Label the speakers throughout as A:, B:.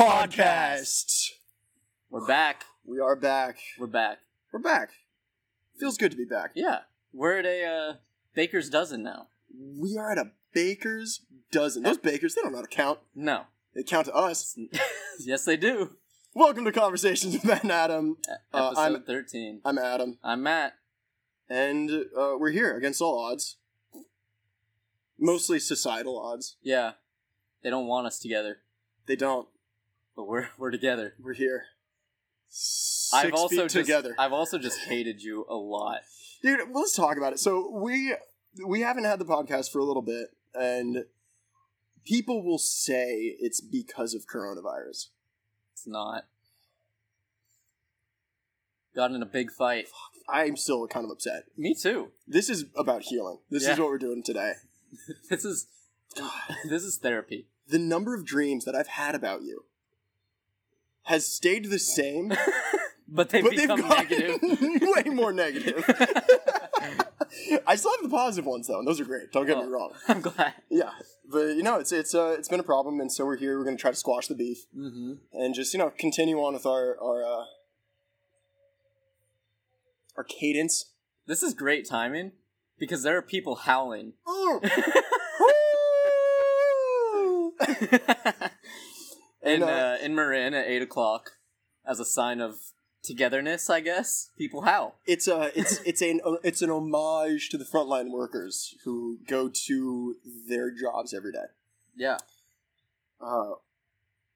A: Podcast.
B: We're back.
A: We are back.
B: We're back.
A: We're back. Feels good to be back.
B: Yeah, we're at a uh, baker's dozen now.
A: We are at a baker's dozen. Those bakers, they don't know how to count.
B: No.
A: They count to us.
B: yes, they do.
A: Welcome to Conversations with Matt and Adam.
B: E-
A: Uh,
B: Episode
A: I'm-
B: 13.
A: I'm Adam,
B: I'm Matt.
A: and uh, we're here against all odds. Mostly societal odds.
B: Yeah, they don't want us together,
A: They don't.
B: but we're we're together.
A: We're here. 6
B: I've also
A: feet
B: just,
A: together.
B: I've also just hated you a lot.
A: dude well, let's talk about it so we we haven't had the podcast for a little bit and people will say it's because of coronavirus
B: It's not. Got in a big fight.
A: i'm still kind of upset
B: Me too.
A: this is about healing this is
B: Yeah.
A: what we're doing today
B: This is this is therapy.
A: the number of dreams that i've had about you has stayed the same
B: but they've
A: but they've
B: become
A: gotten
B: negative.
A: way more negative i still have the positive ones though and those are great don't get me
B: Oh.
A: wrong
B: I'm glad.
A: yeah but you know it's it's uh, it's been a problem and so we're here we're gonna try to squash the beef
B: Mm-hmm.
A: and just you know continue on with our our uh, our cadence.
B: This is great timing because there are people howling. in
A: And, uh,
B: uh, in Marin at eight o'clock, as a sign of togetherness, I guess people howl.
A: it's a it's it's an it's an homage to the frontline workers who go to their jobs every day.
B: Yeah,
A: Uh,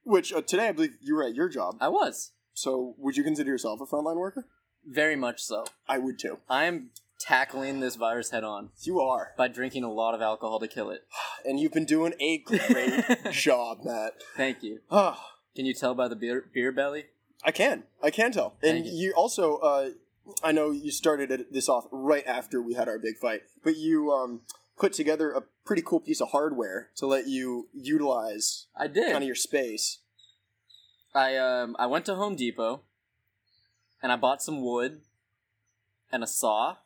A: which uh, today I believe you were at your job.
B: I was
A: So would you consider yourself a frontline worker?
B: very much so.
A: I would too.
B: I am tackling this virus head on
A: You are,
B: by drinking a lot of alcohol to kill it.
A: and you've been doing a great job, Matt.
B: Thank you.
A: Ah.
B: Can you tell by the beer beer belly?
A: I can. I can tell. And
B: Thank you.
A: you also, uh, I know you started it- this off right after we had our big fight, but you um, put together a pretty cool piece of hardware to let you utilize
B: I did.
A: kind of your space.
B: I um I went to Home Depot and I bought some wood and a saw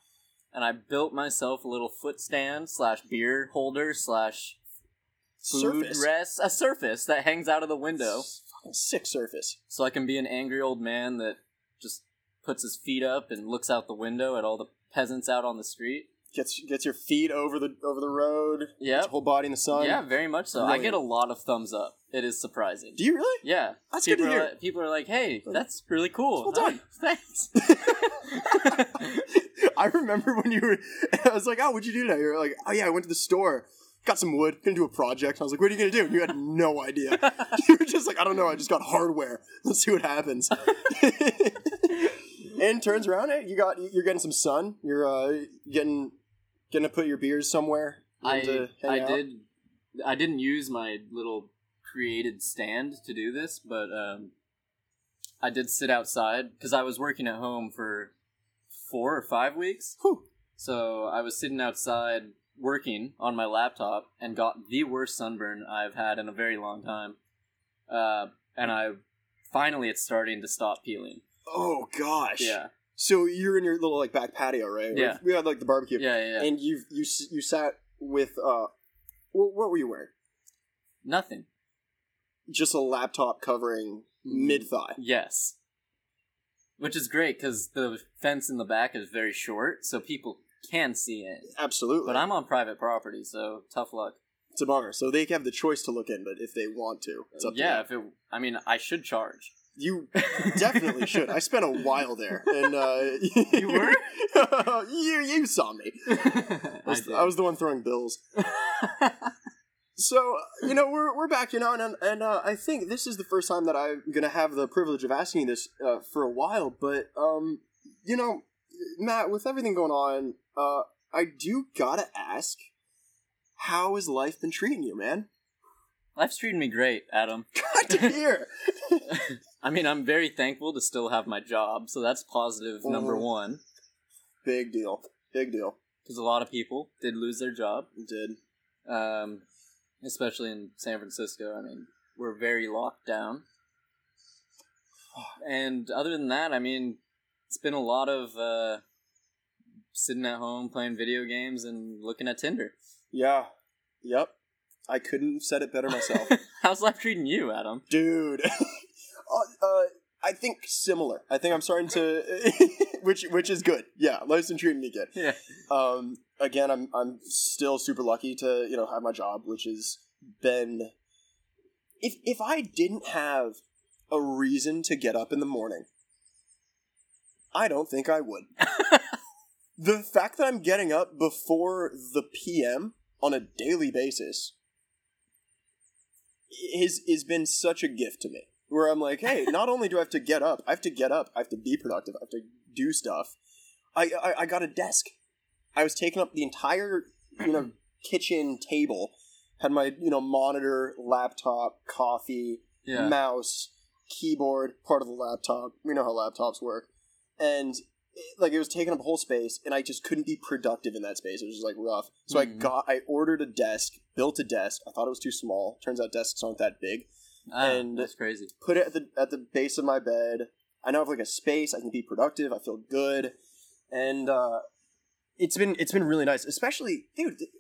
B: and I built myself a little foot stand slash beer holder slash food
A: Surface.
B: rest a surface that hangs out of the window
A: Fucking Sick surface.
B: so I can be an angry old man that just puts his feet up and looks out the window at all the peasants out on the street.
A: Gets gets your feet over the over the road. gets
B: Yep.
A: your whole body in the sun.
B: yeah, very much so. I
A: Really?
B: get a lot of thumbs up. It is surprising.
A: Do you really?
B: yeah.
A: That's
B: people
A: good to
B: are
A: hear.
B: like- people are like, "Hey, that's really cool."
A: Well done.
B: Thanks.
A: I remember when you were. I was like, "Oh, what'd you do today?" You were like, "Oh yeah, I went to the store, got some wood, gonna do a project." I was like, "What are you gonna do?" And you had no idea. you were just like, "I don't know. I just got hardware. Let's see what happens." and turns around, hey, you got you're getting some sun. You're uh, getting gonna put your beers somewhere.
B: I
A: to hang
B: I
A: out.
B: did I didn't use my little created stand to do this, but um, I did sit outside because I was working at home for four or five weeks.
A: Whew.
B: So I was sitting outside working on my laptop and got the worst sunburn I've had in a very long time. Uh, and I finally it's starting to stop peeling.
A: Oh gosh.
B: Yeah,
A: So you're in your little like back patio, right?
B: Yeah.
A: We had like the barbecue,
B: yeah, yeah. yeah.
A: and you you s- you sat with uh, wh- what were you wearing?
B: Nothing.
A: just a laptop covering
B: Mm.
A: mid thigh.
B: Yes. Which is great because the fence in the back is very short, so people can see it.
A: Absolutely.
B: But I'm on private property, so tough luck.
A: it's a bummer. So they have the choice to look in, but if they want to, it's up
B: yeah,
A: to them.
B: if it, I mean, I should charge.
A: You definitely should. I spent a while there. And uh,
B: You were?
A: you, you saw me.
B: I,
A: I was,
B: did.
A: I was the one throwing bills. So, uh, you know, we're, we're back, you know, and, and uh, I think this is the first time that I'm going to have the privilege of asking you this uh, for a while. But, um, you know, Matt, with everything going on, uh, I do got to ask, how has life been treating you, man?
B: Life's treating me great, Adam.
A: Good to hear.
B: I mean, I'm very thankful to still have my job, so that's positive number
A: Mhm.
B: one.
A: Big deal. Big deal.
B: Because a lot of people did lose their job.
A: It Did.
B: Um, especially in San Francisco. I mean, we're very locked down. And other than that, I mean, it's been a lot of uh, sitting at home playing video games and looking at Tinder.
A: Yeah. Yep. I couldn't have said it better myself.
B: How's life treating you, Adam?
A: Dude. uh, uh, I think similar. I think I'm starting to which which is good. Yeah, life's been treating me good.
B: Yeah.
A: Um again, I'm I'm still super lucky to, you know, have my job which has been if if I didn't have a reason to get up in the morning, I don't think I would. the fact that I'm getting up before the PM on a daily basis is is been such a gift to me. Where I'm like, hey, not only do I have to get up, I have to get up, I have to be productive, I have to do stuff. I I, I got a desk. I was taking up the entire you know kitchen table, had my you know monitor, laptop, coffee,
B: Yeah.
A: mouse, keyboard, part of the laptop. We know how laptops work. And it- like it was taking up whole space and I just couldn't be productive in that space. It was just like rough. So I
B: Mhm.
A: got I ordered a desk, built a desk. I thought it was too small. Turns out desks aren't that big.
B: Ah,
A: and-
B: that's crazy.
A: Put it at the at the base of my bed. I now have like a space. I can be productive. I feel good. And uh it's been it's been really nice. Especially dude th-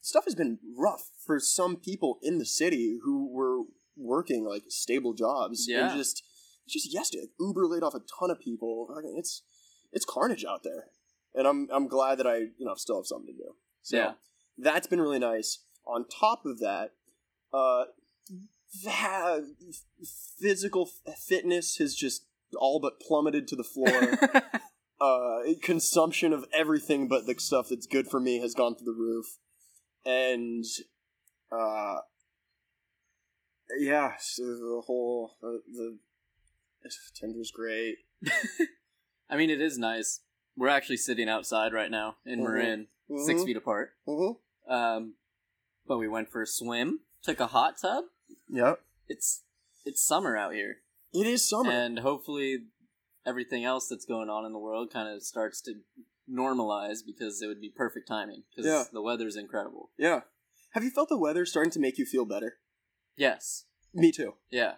A: stuff has been rough for some people in the city who were working like stable jobs
B: Yeah.
A: and just just yesterday like, uber laid off a ton of people I mean, it's it's carnage out there and i'm i'm glad that i you know still have something to do so
B: Yeah.
A: that's been really nice on top of that uh that physical f- fitness has just all but plummeted to the floor uh, consumption of everything but the stuff that's good for me has gone through the roof, and uh, yeah, so the whole uh, the Tinder's great.
B: I mean, it is nice. We're actually sitting outside right now in
A: Mhm.
B: Marin, six feet apart.
A: Mm-hmm.
B: Um, but we went for a swim, took a hot tub.
A: Yep,
B: It's it's summer out here,
A: it is summer.
B: and hopefully everything else that's going on in the world kind of starts to normalize because it would be perfect timing because
A: Yeah.
B: the weather's incredible.
A: yeah, have you felt the weather starting to make you feel better?
B: Yes,
A: Me too.
B: yeah,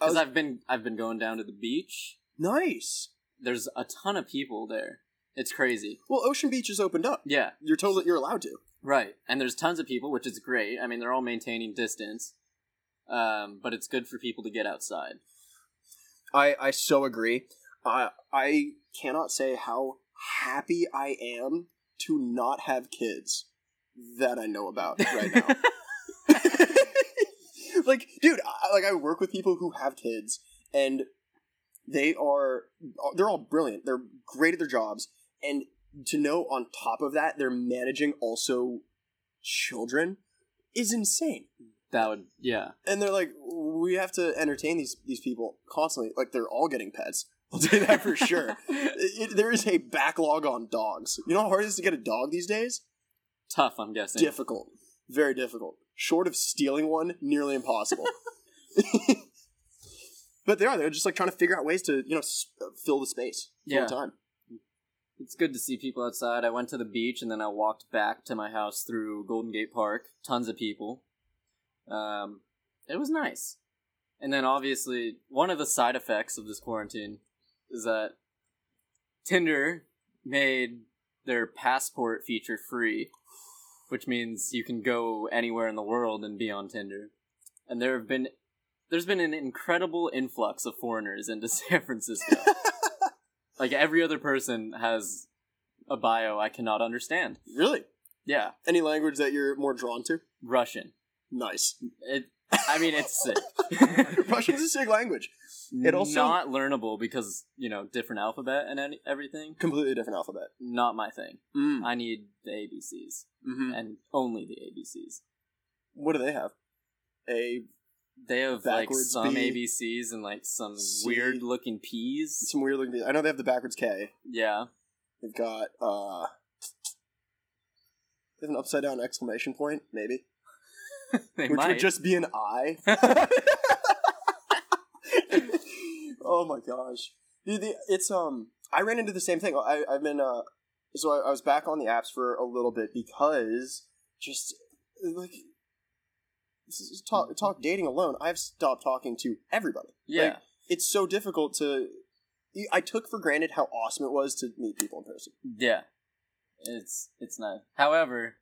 A: I
B: because
A: was-
B: I've been I've been going down to the beach.
A: Nice.
B: There's a ton of people there. It's crazy.
A: Well, Ocean Beach has opened up.
B: Yeah,
A: You're told that you're allowed to.
B: Right, and there's tons of people, which is great. I mean, they're all maintaining distance, um, but it's good for people to get outside.
A: I I so agree. I I cannot say how happy I am to not have kids that I know about right now. like, dude, I, like I work with people who have kids, and they are they're all brilliant. They're great at their jobs, and to know on top of that they're managing also children is insane
B: that would, yeah,
A: and they're like, we have to entertain these these people constantly. Like they're all getting pets. I'll tell you that for sure. It, it- there is a backlog on dogs. You know how hard it is to get a dog these days?
B: tough. I'm guessing.
A: Difficult, very difficult. Short of stealing one, nearly impossible. but they are. They're just like trying to figure out ways to you know s- uh, fill the space all
B: Yeah.
A: the time.
B: It's good to see people outside. I went to the beach and then I walked back to my house through Golden Gate Park. Tons of people. Um, it was nice. And then obviously, one of the side effects of this quarantine is that Tinder made their passport feature free, which means you can go anywhere in the world and be on Tinder. And there have been there's been an incredible influx of foreigners into San Francisco. like every other person has a bio I cannot understand.
A: Really?
B: Yeah,
A: Any language that you're more drawn to?
B: Russian.
A: Nice.
B: It. I mean, it's sick.
A: Russian's a sick language. It also-
B: not learnable because you know different alphabet and any, everything.
A: Completely different alphabet.
B: Not my thing.
A: Mm.
B: I need the ABCs
A: hmm
B: and only the ABCs.
A: What do they have? A
B: They have
A: Backwards
B: like some
A: B.
B: ABCs and like some
A: C.
B: weird looking P's.
A: some weird looking. I know they have the backwards K.
B: Yeah,
A: They've got uh, they have an upside down exclamation point, maybe,
B: they
A: which
B: might.
A: would just be an I. oh my gosh, Dude, the, it's um. I ran into the same thing. I, I've been uh, so I, I was back on the apps for a little bit because just like s- s- talk talk dating alone. I've stopped talking to everybody.
B: Yeah.
A: Like, it's so difficult to. I took for granted how awesome it was to meet people in person.
B: Yeah. It's it's nice. However,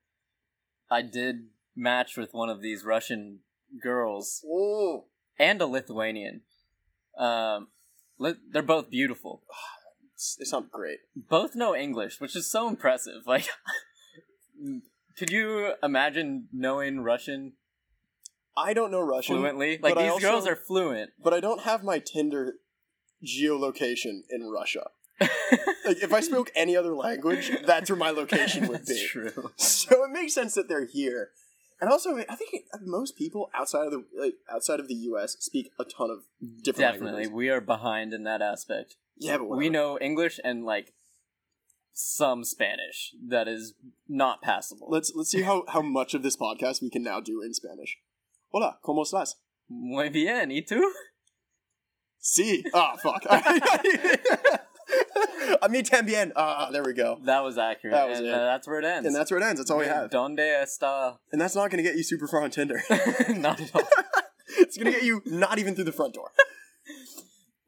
B: I did match with one of these Russian girls Mm.
A: Oh,
B: and a Lithuanian. Um Lit- they're both beautiful.
A: it's, it sounded great.
B: Both know English, which is so impressive. Like could you imagine knowing Russian
A: I don't know Russian,
B: fluently?
A: but
B: Like
A: I
B: these
A: also-
B: girls are fluent.
A: but I don't have my Tinder geolocation in Russia. Like, if I spoke any other language, that's where my location would
B: That's
A: be.
B: true.
A: So it makes sense that they're here. And also, I think most people outside of the like outside of the U.S. speak a ton of different
B: Definitely.
A: languages.
B: We are behind in that aspect.
A: Yeah, but
B: We
A: whatever.
B: know English and like some Spanish that is not passable.
A: Let's let's see how, how much of this podcast we can now do in Spanish. Hola, cómo estás?
B: Muy bien, ¿y tú?
A: Sí. Ah, fuck. A mí también. Ah, there we go.
B: That was accurate.
A: That was
B: and
A: it.
B: uh, that's where it ends.
A: And that's where it ends. That's all we have.
B: Donde está?
A: And that's not going to get you super far on Tinder.
B: not at all.
A: it's going to get you not even through the front door.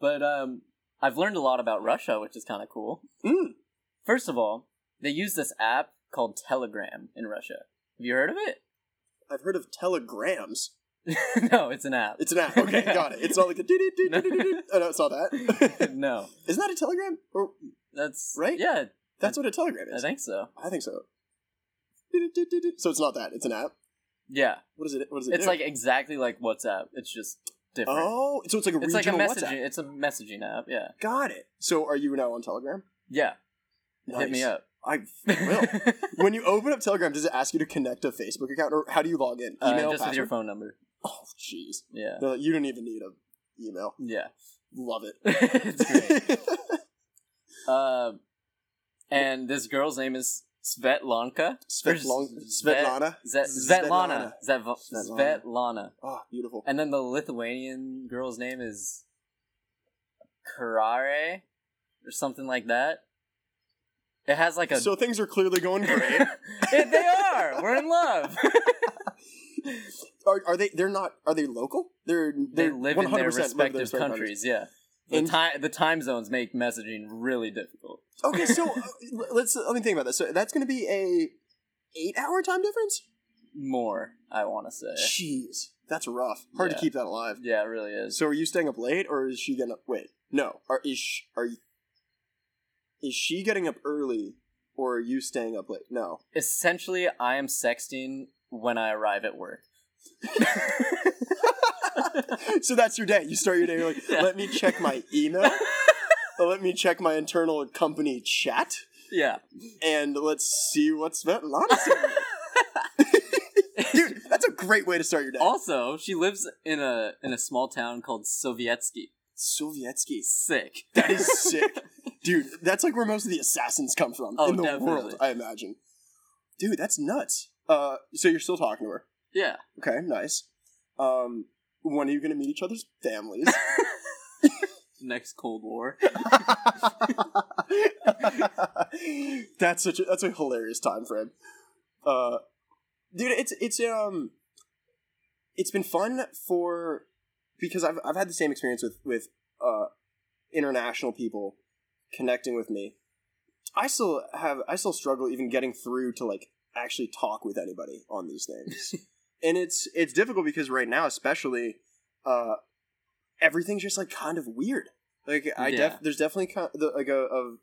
B: But um, I've learned a lot about Russia, which is kind of cool.
A: Mm.
B: First of all, they use this app called Telegram in Russia. Have you heard of
A: I've heard of telegrams.
B: it? no, it's an app.
A: It's an app. Okay, got it. It's not like a doo doo doo doo doo doo. Oh no, it's not that.
B: no,
A: Isn't that a telegram? Or
B: that's
A: Right?
B: Yeah,
A: that's what a telegram
B: I
A: is.
B: think so.
A: I think so. Doo doo doo doo doo. So it's not that. It's an app.
B: Yeah,
A: What is it? What does it
B: it's
A: do?
B: like exactly like WhatsApp. It's just different.
A: oh, so it's like a
B: it's like a
A: regional
B: messaging.
A: WhatsApp.
B: It's a messaging app. Yeah,
A: Got it. So are you now on Telegram?
B: yeah. Hit me
A: Nice.
B: up.
A: I will. when you open up Telegram, does it ask you to connect a Facebook account, or how do you log in?
B: Uh,
A: Email,
B: just with your
A: password.
B: phone number.
A: Oh, jeez.
B: Yeah,
A: No, you don't even need a email.
B: yeah.
A: Love it.
B: it's great. Um, and this girl's name is Svetlanka.
A: Svetlana.
B: Svet-
A: Svetlana.
B: Ze- Svetlana. Zev-
A: Svetlana.
B: Svetlana.
A: Oh, beautiful.
B: And then the Lithuanian girl's name is Karare or something like that. It has like a.
A: So things are clearly going great.
B: Yeah, they are. We're in love.
A: Are, are they? They're not. Are they local? They're
B: they
A: they're
B: live
A: 100%
B: in their respective
A: their respective
B: countries. Yeah. The
A: And-
B: time the time zones make messaging really difficult.
A: Okay, so uh, let's let me think about this. So that's going to be a eight hour time difference.
B: More, I want to say.
A: Jeez, that's rough. Hard
B: Yeah.
A: to keep that alive.
B: Yeah, it really is.
A: So are you staying up late, or is she gonna wait? No, are is sh are you, is she getting up early, or are you staying up late? No,
B: essentially I am sexting when I arrive at work.
A: so that's your day. You start your day you're like,
B: Yeah.
A: let me check my email, let me check my internal company chat,
B: yeah.
A: and let's see what's Svetlana saying. Dude, that's a great way to start your day.
B: Also, she lives in a in a small town called Sovietsky.
A: Sovietsky,
B: Sick.
A: that is sick, dude. That's like where most of the assassins come from
B: Oh,
A: in the
B: definitely.
A: world, I imagine. Dude, that's nuts. Uh, so you're still talking to her.
B: yeah.
A: Okay, nice. Um, when are you going to meet each other's families?
B: Next Cold War.
A: that's such a, that's a hilarious time frame. Uh, dude, it's it's um, it's been fun for because I've I've had the same experience with with uh, international people connecting with me. I still have I still struggle even getting through to like actually talk with anybody on these things. and it's it's difficult because right now especially uh everything's just like kind of weird. Like I
B: Yeah.
A: def there's definitely kind the, like a, a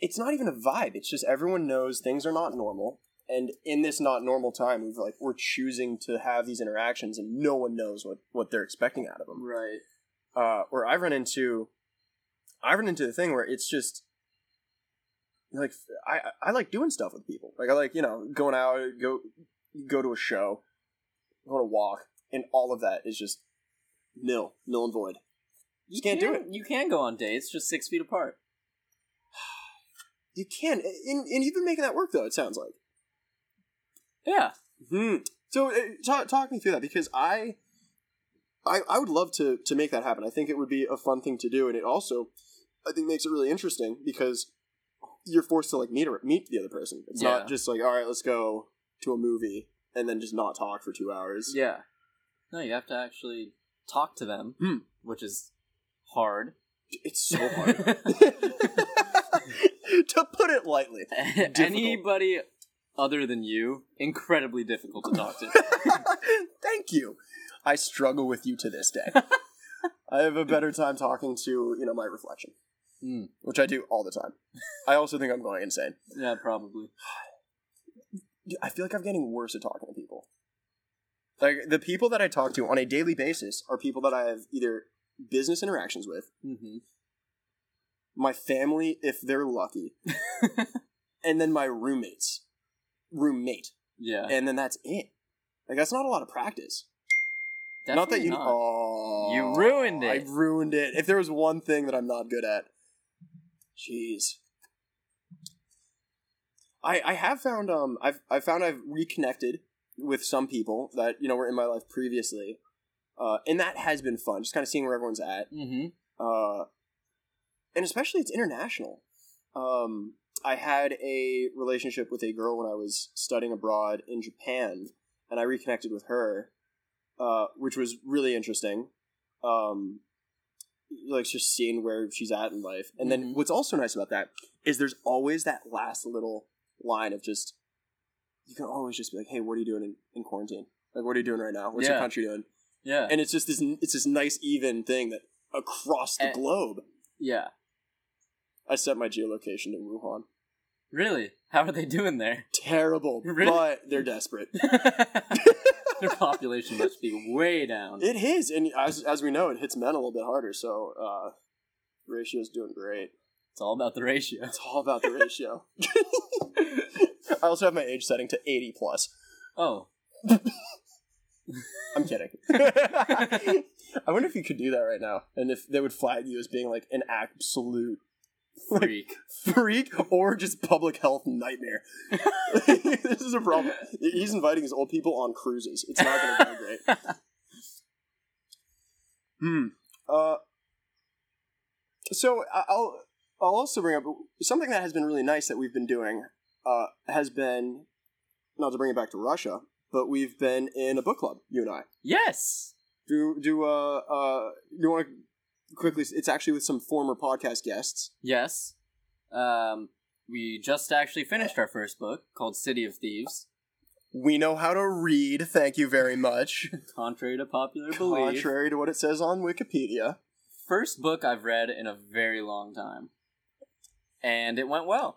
A: it's not even a vibe. It's just everyone knows things are not normal. And in this not normal time, we've like we're choosing to have these interactions, and no one knows what what they're expecting out of them
B: Right.
A: uh, where I run into, I run into the thing where it's just like I I like doing stuff with people. Like I like you know going out, go go to a show, go on a walk, and all of that is just nil, nil and void.
B: You
A: Can't do
B: can- You can go on dates, just six feet apart.
A: You can, and, and you've been making that work though. It sounds like.
B: Yeah.
A: Hmm. So uh, talk talk me through that because I, I I would love to to make that happen. I think it would be a fun thing to do, and it also I think makes it really interesting because you're forced to like meet or, meet the other person. It's
B: Yeah.
A: not just like all right, let's go to a movie and then just not talk for two hours.
B: Yeah. No, you have to actually talk to them,
A: Hmm.
B: which is hard.
A: It's so hard. to put it lightly.
B: Anybody other than you, incredibly difficult to talk to.
A: Thank you. I struggle with you to this day. I have a better time talking to, you know, my reflection,
B: Hmm.
A: which I do all the time. I also think I'm going insane.
B: yeah, probably.
A: I feel like I'm getting worse at talking to people. Like the people that I talk to on a daily basis are people that I have either business interactions with,
B: hmm
A: my family if they're lucky, and then my roommates. Roommate.
B: Yeah,
A: And then that's it. Like that's not a lot of practice. not that
B: definitely
A: you Oh,
B: You ruined
A: I
B: it.
A: ruined it. If there was one thing that I'm not good at. Jeez. I I have found um I've I found I've reconnected with some people that, you know, were in my life previously. Uh, and that has been fun, just kind of seeing where everyone's at.
B: Mhm.
A: Uh, and especially it's international. Um, I had a relationship with a girl when I was studying abroad in Japan, and I reconnected with her, uh, which was really interesting. Um, like just seeing where she's at in life, and then
B: Mhm.
A: what's also nice about that is there's always that last little line of just you can always just be like, hey, what are you doing in, in quarantine? Like, what are you doing right now? What's your
B: Yeah.
A: country doing?
B: Yeah,
A: and it's just this it's this nice even thing that across the
B: And-
A: globe
B: yeah.
A: i set my geolocation to wuhan
B: Really? How are they doing there?
A: terrible
B: Really?
A: but they're desperate
B: Their population must be way down.
A: it is and as, as we know it hits men a little bit harder so uh ratio's doing great
B: It's all about the ratio.
A: it's all about the ratio i also have my age setting to 80 plus
B: Oh,
A: i'm kidding i wonder if you could do that right now and if they would flag you as being like an absolute Like-
B: freak.
A: freak or just public health nightmare. this is a problem. He's inviting his old people on cruises. It's not going to go great. Hmm. Uh, so I- I'll I'll also bring up something that has been really nice that we've been doing. Uh, has been not to bring it back to Russia, but we've been in a book club. You and I.
B: yes.
A: Do do uh uh you want to quickly? It's actually with some former podcast guests.
B: Yes. Um, we just actually finished our first book called City of Thieves.
A: We know how to read. Thank you very much.
B: Contrary to popular belief,
A: contrary to what it says on Wikipedia.
B: first book I've read in a very long time, and it went well.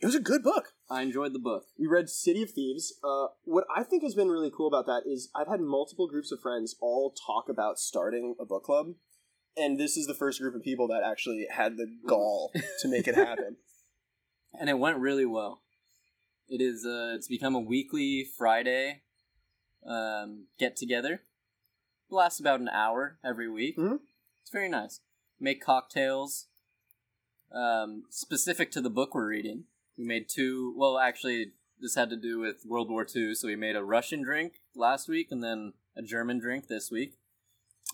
A: It was a good book.
B: I enjoyed the book.
A: We read City of Thieves. Uh, what I think has been really cool about that is I've had multiple groups of friends all talk about starting a book club, and this is the first group of people that actually had the gall to make it happen.
B: and it went really well. It is uh, it's become a weekly Friday um, get together. Lasts about an hour every week.
A: Mhm.
B: It's very nice. Make cocktails um, specific to the book we're reading. We made two. Well, actually, this had to do with World War II, so we made a Russian drink last week and then a German drink this week,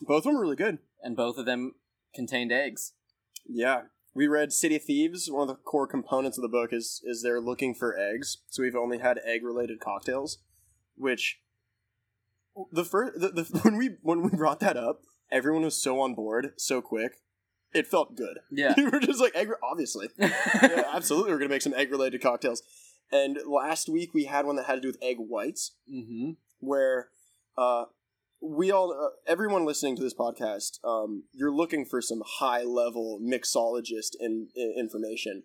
A: Both of them were really good.
B: and both of them contained eggs.
A: Yeah. We read City of Thieves. One of the core components of the book is is they're looking for eggs. So we've only had egg related cocktails, which the first the, the, when we when we brought that up, everyone was so on board so quick. It felt good.
B: Yeah.
A: we were just like egg obviously. Yeah, absolutely we're going to make some egg related cocktails. And last week we had one that had to do with egg whites
B: mm-hmm.
A: where uh, we all, uh, everyone listening to this podcast, um, you're looking for some high level mixologist in, in- information.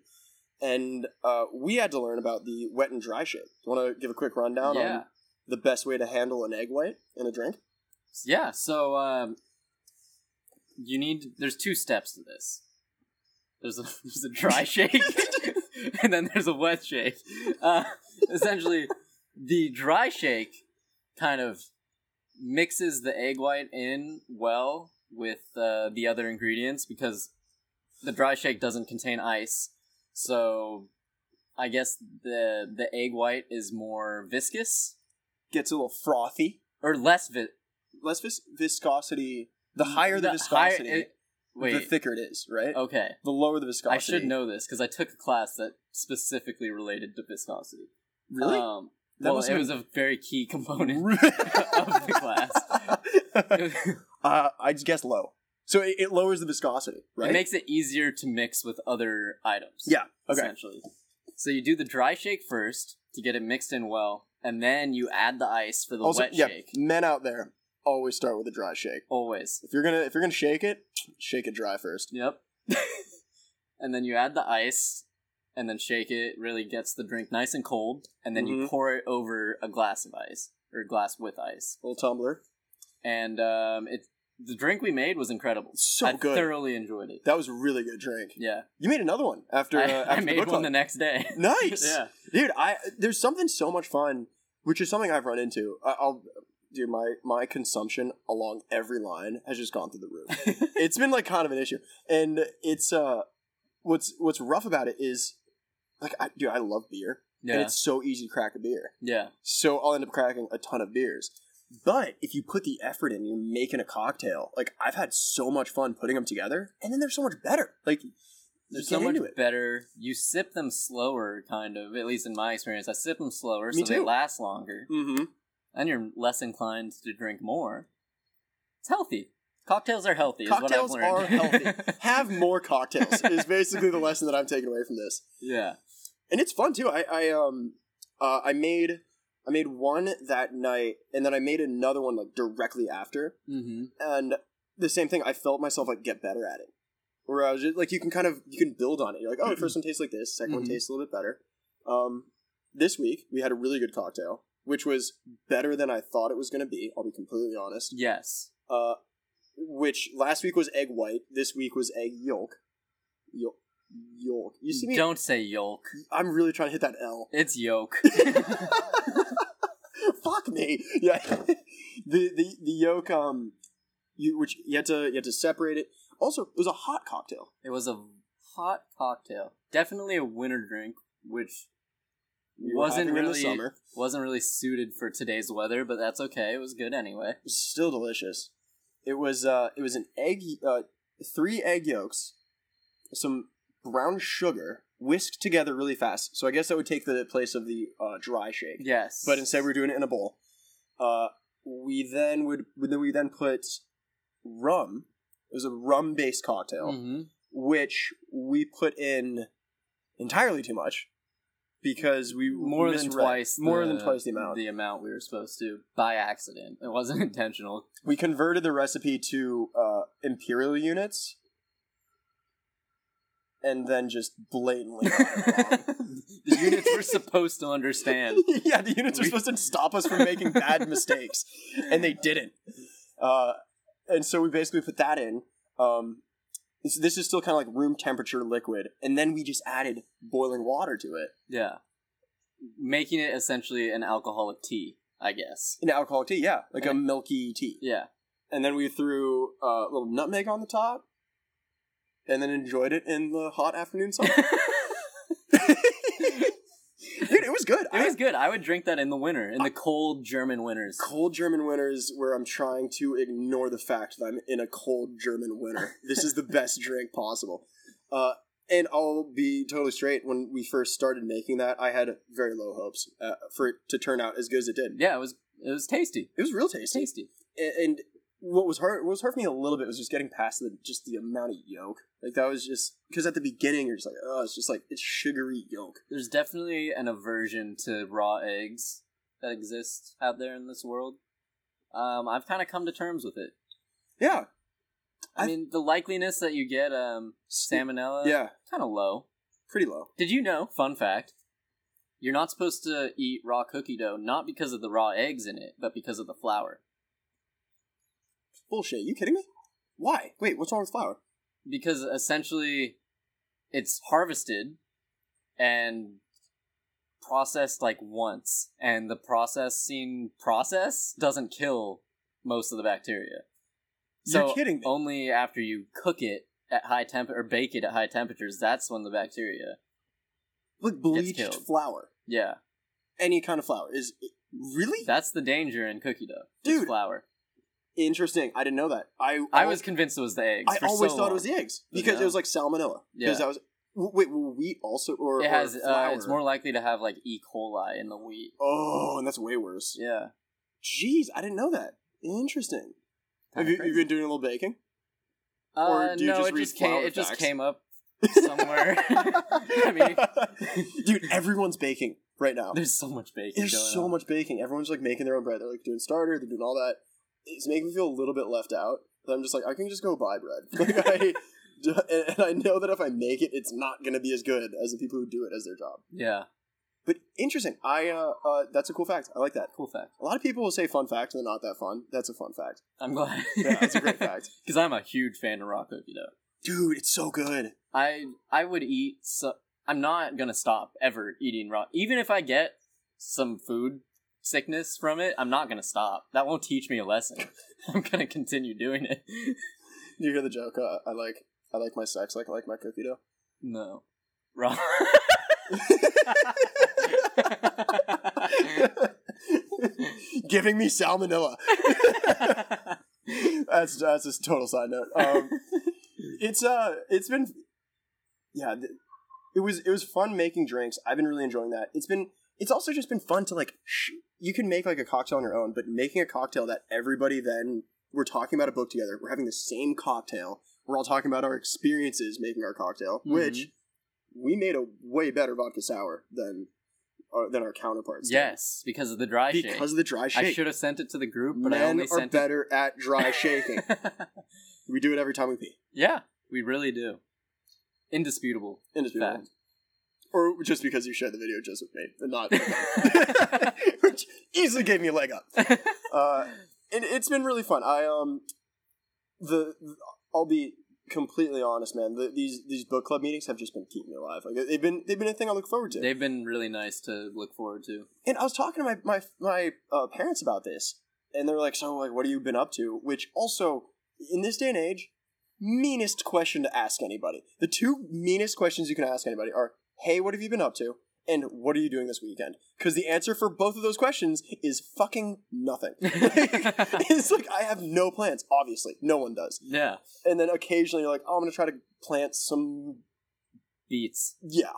A: And uh, we had to learn about the wet and dry shape. Want to give a quick rundown
B: Yeah.
A: on the best way to handle an egg white in a drink?
B: Yeah, so um, you need. There's two steps to this. There's a there's a dry shake, and then there's a wet shake. Uh, essentially, the dry shake kind of mixes the egg white in well with uh, the other ingredients because the dry shake doesn't contain ice, so I guess the the egg white is more viscous
A: Gets a little frothy.
B: or less vi-
A: Less vis- viscosity. The higher the,
B: higher-
A: viscosity,
B: Mm, it- wait,
A: the thicker it is, right?
B: Okay.
A: The lower the viscosity.
B: I should know this because I took a class that specifically related to viscosity.
A: Really?
B: Um,
A: That
B: well,
A: must
B: it
A: have
B: was a very key component
A: been-
B: of the class.
A: uh, I just guess low. So it, it lowers the viscosity, right?
B: It makes it easier to mix with other items.
A: yeah. Okay.
B: Essentially. So you do the dry shake first to get it mixed in well, and then you add the ice for the
A: Also,
B: wet
A: yeah,
B: shake.
A: men out there always start with a dry shake.
B: Always.
A: If you're gonna if you're gonna shake it, shake it dry first.
B: Yep. and then you add the ice and then shake it. It Really gets the drink nice and cold. And then you
A: Mhm.
B: pour it over a glass of ice or a glass with ice.
A: Little tumbler.
B: And um, it the drink we made was incredible.
A: So
B: I
A: good.
B: thoroughly enjoyed it.
A: That was a really good drink.
B: Yeah.
A: You made another one after.
B: I,
A: uh, after
B: I
A: the
B: made
A: book
B: one the
A: club.
B: next day.
A: Nice.
B: yeah.
A: dude. I there's something so much fun, which is something I've run into. I, I'll, dude, my my consumption along every line has just gone through the roof. it's been like kind of an issue, and it's uh, what's what's rough about it is, like, I, dude, I love beer, and
B: Yeah.
A: it's so easy to crack a beer.
B: Yeah.
A: So I'll end up cracking a ton of beers. But if you put the effort in, you're making a cocktail. Like I've had so much fun putting them together, and then they're so much better. Like
B: They're
A: you
B: so
A: get
B: much
A: into it.
B: better. You sip them slower, kind of, at least in my experience. I sip them slower
A: Me
B: so they
A: too.
B: last longer.
A: Mm-hmm.
B: And you're less inclined to drink more. It's healthy. Cocktails are healthy, is
A: Cocktails
B: what I've
A: are
B: learned.
A: healthy. Have more cocktails is basically the lesson that I'm taking away from this.
B: yeah.
A: And it's fun too. I, I um uh, I made I made one that night, and then I made another one like directly after.
B: Mm-hmm.
A: and the same thing i felt myself like get better at it where i was just like you can kind of you can build on it you're like oh the first one tastes like this 2nd one
B: Mhm.
A: tastes a little bit better um, this week we had a really good cocktail which was better than i thought it was going to be i'll be completely honest
B: Yes.
A: uh, which last week was egg white this week was egg yolk yolk yolk you see me
B: Don't say yolk.
A: i'm really trying to hit that l
B: It's yolk.
A: Fuck me. Yeah. the the the yolk um you which you had to you had to separate it. Also, it was a hot cocktail.
B: it was a hot cocktail. Definitely a winter drink, which
A: We were
B: wasn't
A: having it in
B: really
A: the summer.
B: wasn't really suited for today's weather, but that's okay. It was good anyway.
A: It was still delicious. It was uh it was an egg uh three egg yolks, some brown sugar whisked together really fast. So I guess that would take the place of the uh, dry shake.
B: Yes.
A: But instead we're doing it in a bowl. Uh we then would then we then put rum. It was a rum based cocktail.
B: hmm
A: which we put in entirely too much because we
B: more than
A: misread-
B: twice
A: more
B: the-
A: than twice the amount.
B: the amount we were supposed to by accident it wasn't intentional
A: we converted the recipe to uh, imperial units, and then just blatantly. got it wrong.
B: the units were supposed to understand
A: yeah, the units are
B: We-
A: supposed to stop us from making bad mistakes, and they didn't. Uh, and so we basically put that in. Um, this, this is still kind of like room temperature liquid, and then we just added boiling water to it.
B: yeah making it essentially an alcoholic tea i guess
A: an alcoholic tea, yeah, like a
B: And
A: milky tea.
B: yeah
A: And then we threw uh, a little nutmeg on the top, and then enjoyed it in the hot afternoon sun. Dude, it was good.
B: it
A: I
B: was good i would drink that in the winter in the cold german winters
A: cold German winters where I'm trying to ignore the fact that I'm in a cold German winter. this is the best drink possible. Uh, and I'll be totally straight. When we first started making that, I had very low hopes uh, for it to turn out as good as it did.
B: yeah it was it was tasty
A: It was real tasty.
B: tasty
A: and, and what was hurt what was hurt for me a little bit was just getting past the just the amount of yolk. Like that was just because at the beginning you're just like, oh, it's just like it's sugary yolk.
B: there's definitely an aversion to raw eggs that exists out there in this world um, i've kind of come to terms with it
A: Yeah,
B: I,
A: I-
B: mean, the likeliness that you get um, salmonella,
A: yeah,
B: kind of low.
A: pretty low.
B: Did you know? Fun fact: you're not supposed to eat raw cookie dough, not because of the raw eggs in it, but because of the flour.
A: Bullshit. You kidding me? Why? Wait, what's wrong with flour?
B: Because essentially, it's harvested and processed like once, and the processing process doesn't kill most of the bacteria. So
A: you're kidding me.
B: only after you cook it at high temp or bake it at high temperatures, that's when the bacteria
A: like bleached
B: killed.
A: flour,
B: Yeah,
A: any kind of flour is really
B: that's the danger in cookie dough. Dude,
A: Dude.
B: flour.
A: interesting. I didn't know that. I
B: I was convinced it was the eggs.
A: I
B: for so
A: always thought
B: long.
A: it was the eggs because
B: Yeah.
A: it was like salmonella.
B: Yeah.
A: Because that was w- wait, were wheat also or
B: It
A: or
B: has. Uh,
A: flour?
B: it's more likely to have like E. coli in the wheat.
A: Oh, and that's way worse.
B: Yeah,
A: Jeez, I didn't know that. Interesting. Have
B: Kinda
A: you,
B: crazy.
A: you been doing a little baking?
B: Uh,
A: or do you
B: no,
A: just
B: it
A: read
B: just came.
A: flower
B: It just
A: facts?
B: came up somewhere. I mean,
A: dude, everyone's baking right now.
B: there's so much baking.
A: There's
B: going
A: so
B: on.
A: much baking. Everyone's like making their own bread. They're like doing starter. They're doing all that. It's making me feel a little bit left out. But I'm just like, I can just go buy bread. Like I, and, and I know that if I make it, it's not gonna be as good as the people who do it as their job.
B: Yeah,
A: But interesting. I uh, uh that's a cool fact. I like that.
B: cool fact.
A: A lot of people will say fun facts, and they're not that fun. That's a fun fact.
B: I'm glad.
A: Yeah, that's a great fact.
B: Because I'm a huge fan of rock cookie dough.
A: Dude, it's so good.
B: I I would eat. So I'm not gonna stop ever eating raw. Even if I get some food sickness from it, I'm not gonna stop. That won't teach me a lesson. I'm gonna continue doing it.
A: You hear the joke? Uh, I like I like my sex like I like my cookie dough.
B: No, raw.
A: Giving me salmonella. that's that's just total side note. Um, it's uh, it's been, yeah, th- it was it was fun making drinks. I've been really enjoying that. It's been it's also just been fun to like sh- you can make like a cocktail on your own, but making a cocktail that everybody then we're talking about a book together. We're having the same cocktail. We're all talking about our experiences making our cocktail,
B: Mm-hmm.
A: which we made a way better vodka sour than our, than our counterparts. did.
B: yes, because of the dry shake.
A: because of the dry shake.
B: I should have sent it to the group, but
A: Men
B: I only
A: are
B: sent it.
A: better at dry shaking. we do it every time we pee.
B: yeah, we really do. Indisputable.
A: Indisputable.
B: Fact.
A: Or just because you shared the video just with me, and not which easily gave me a leg up. Uh, and it's been really fun. I um, the I'll be completely honest, man. The, these these book club meetings have just been keeping me alive. Like they've been they've been a thing I look forward to.
B: They've been really nice to look forward to.
A: and I was talking to my my my uh, parents about this, and they're like, "So, like, what have you been up to?" Which also, in this day and age, meanest question to ask anybody. The two meanest questions you can ask anybody are, "Hey, what have you been up to?" and "What are you doing this weekend?" Because the answer for both of those questions is fucking nothing. it's like I have no plans. Obviously, no one does.
B: yeah,
A: And then occasionally, you're like, "Oh, I'm gonna try to plant some
B: beats.
A: yeah.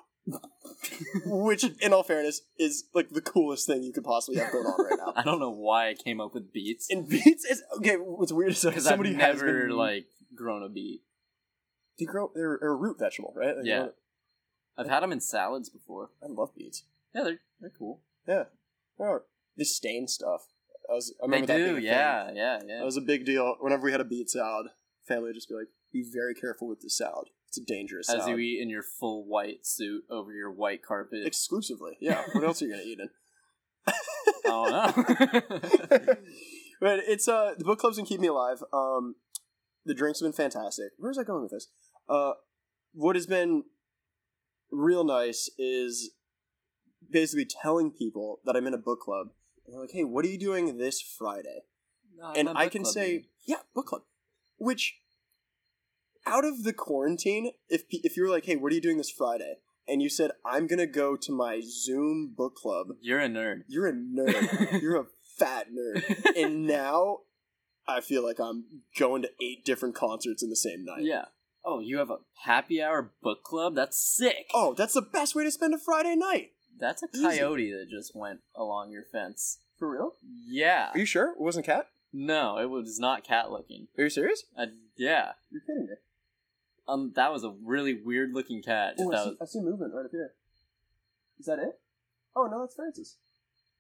A: Which, in all fairness, is like the coolest thing you could possibly have going on right now.
B: I don't know why I came up with beats
A: And beats is okay. What's weird is like
B: because I've
A: somebody has
B: never
A: been,
B: like grown a beat.
A: they grow they're, they're a root vegetable, right? Like,
B: Yeah. I've had them in salads before.
A: I love beets.
B: Yeah, they're they're cool.
A: They are. They stain stuff. I was I
B: They
A: remember that being a
B: do.
A: thing.
B: Yeah, yeah, yeah.
A: that was a big deal. Whenever we had a beet salad, family would just be like, "Be very careful with this salad. It's a dangerous
B: As
A: salad."
B: you eat in your full white suit over your white carpet.
A: Exclusively, yeah. What else are you gonna eat in?
B: I don't know.
A: but it's uh the book club's been keeping me alive. Um, the drinks have been fantastic. Where's I going with this? Uh, what has been real nice is basically telling people that I'm in a book club. And they're like, "Hey, what are you doing this Friday?"
B: No,
A: and
B: not
A: I
B: book
A: can
B: club,
A: say,
B: dude.
A: "Yeah, book club." Which, out of the quarantine, if pe- if you were like, "Hey, what are you doing this Friday?" and you said, "I'm gonna go to my Zoom book club,"
B: you're a nerd.
A: you're a nerd. you're a fat nerd. And now, I feel like I'm going to eight different concerts in the same night.
B: yeah. Oh, you have a happy hour book club? That's sick.
A: Oh, that's the best way to spend a Friday night.
B: That's a
A: easy.
B: coyote that just went along your fence.
A: For real?
B: Yeah.
A: Are you sure it wasn't cat?
B: No, it was not cat looking.
A: Are you serious?
B: Uh, yeah.
A: You're kidding me.
B: Um, that was a really weird looking cat.
A: Oh, I
B: That
A: see,
B: was-
A: I see movement right up here. Is that it? Oh no, that's Francis.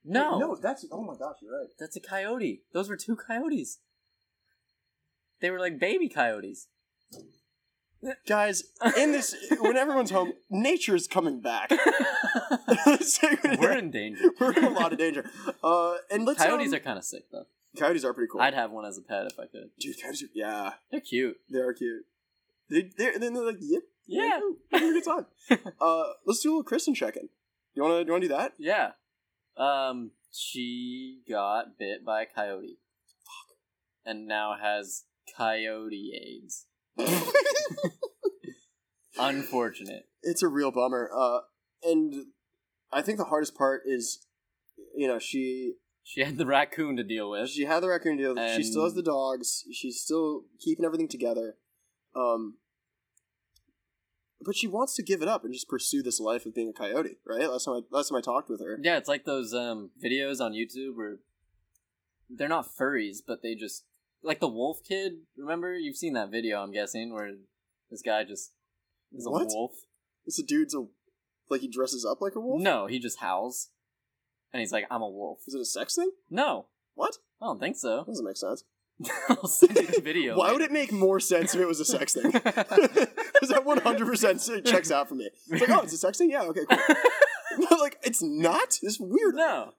B: no,
A: no, that's. Oh my gosh, you're right.
B: that's a coyote. Those were two coyotes. They were like baby coyotes.
A: Guys, in this, when everyone's home, nature's coming back. So-
B: we're in danger.
A: We're in a lot of danger. Uh, and let's
B: coyotes
A: um,
B: are kind of sick though.
A: coyotes are pretty cool.
B: I'd have one as a pet if I could.
A: Dude, coyotes are, yeah,
B: They're cute.
A: They are cute. They they and then they're like, yep,
B: Yeah,
A: having a good time. uh, let's do a little Kristen check-in. You wanna you wanna do that?
B: yeah. Um, she got bit by a coyote, and now has coyote AIDS. Unfortunate.
A: it's a real bummer. Uh, and I think the hardest part is, you know, she
B: She had the raccoon to deal with.
A: she had the raccoon deal. she
B: And-
A: still has the dogs. She's still keeping everything together. Um. But she wants to give it up and just pursue this life of being a coyote, right? Last time I last time I talked with her,
B: Yeah, it's like those um videos on YouTube where they're not furries, but they just like the wolf kid. Remember, you've seen that video, I'm guessing, where this guy just is a
A: What?
B: wolf.
A: This dude's a like he dresses up like a wolf.
B: No, he just howls, and he's like, "I'm a wolf."
A: Is it a sex thing?
B: No,
A: What?
B: I don't think so.
A: Doesn't make sense.
B: I'll send you the video.
A: Why would it make more sense if it was a sex thing? Because that one hundred percent checks out for me. It's like, oh, it's a sex thing. Yeah, okay, cool. But like, it's not. It's weird.
B: no.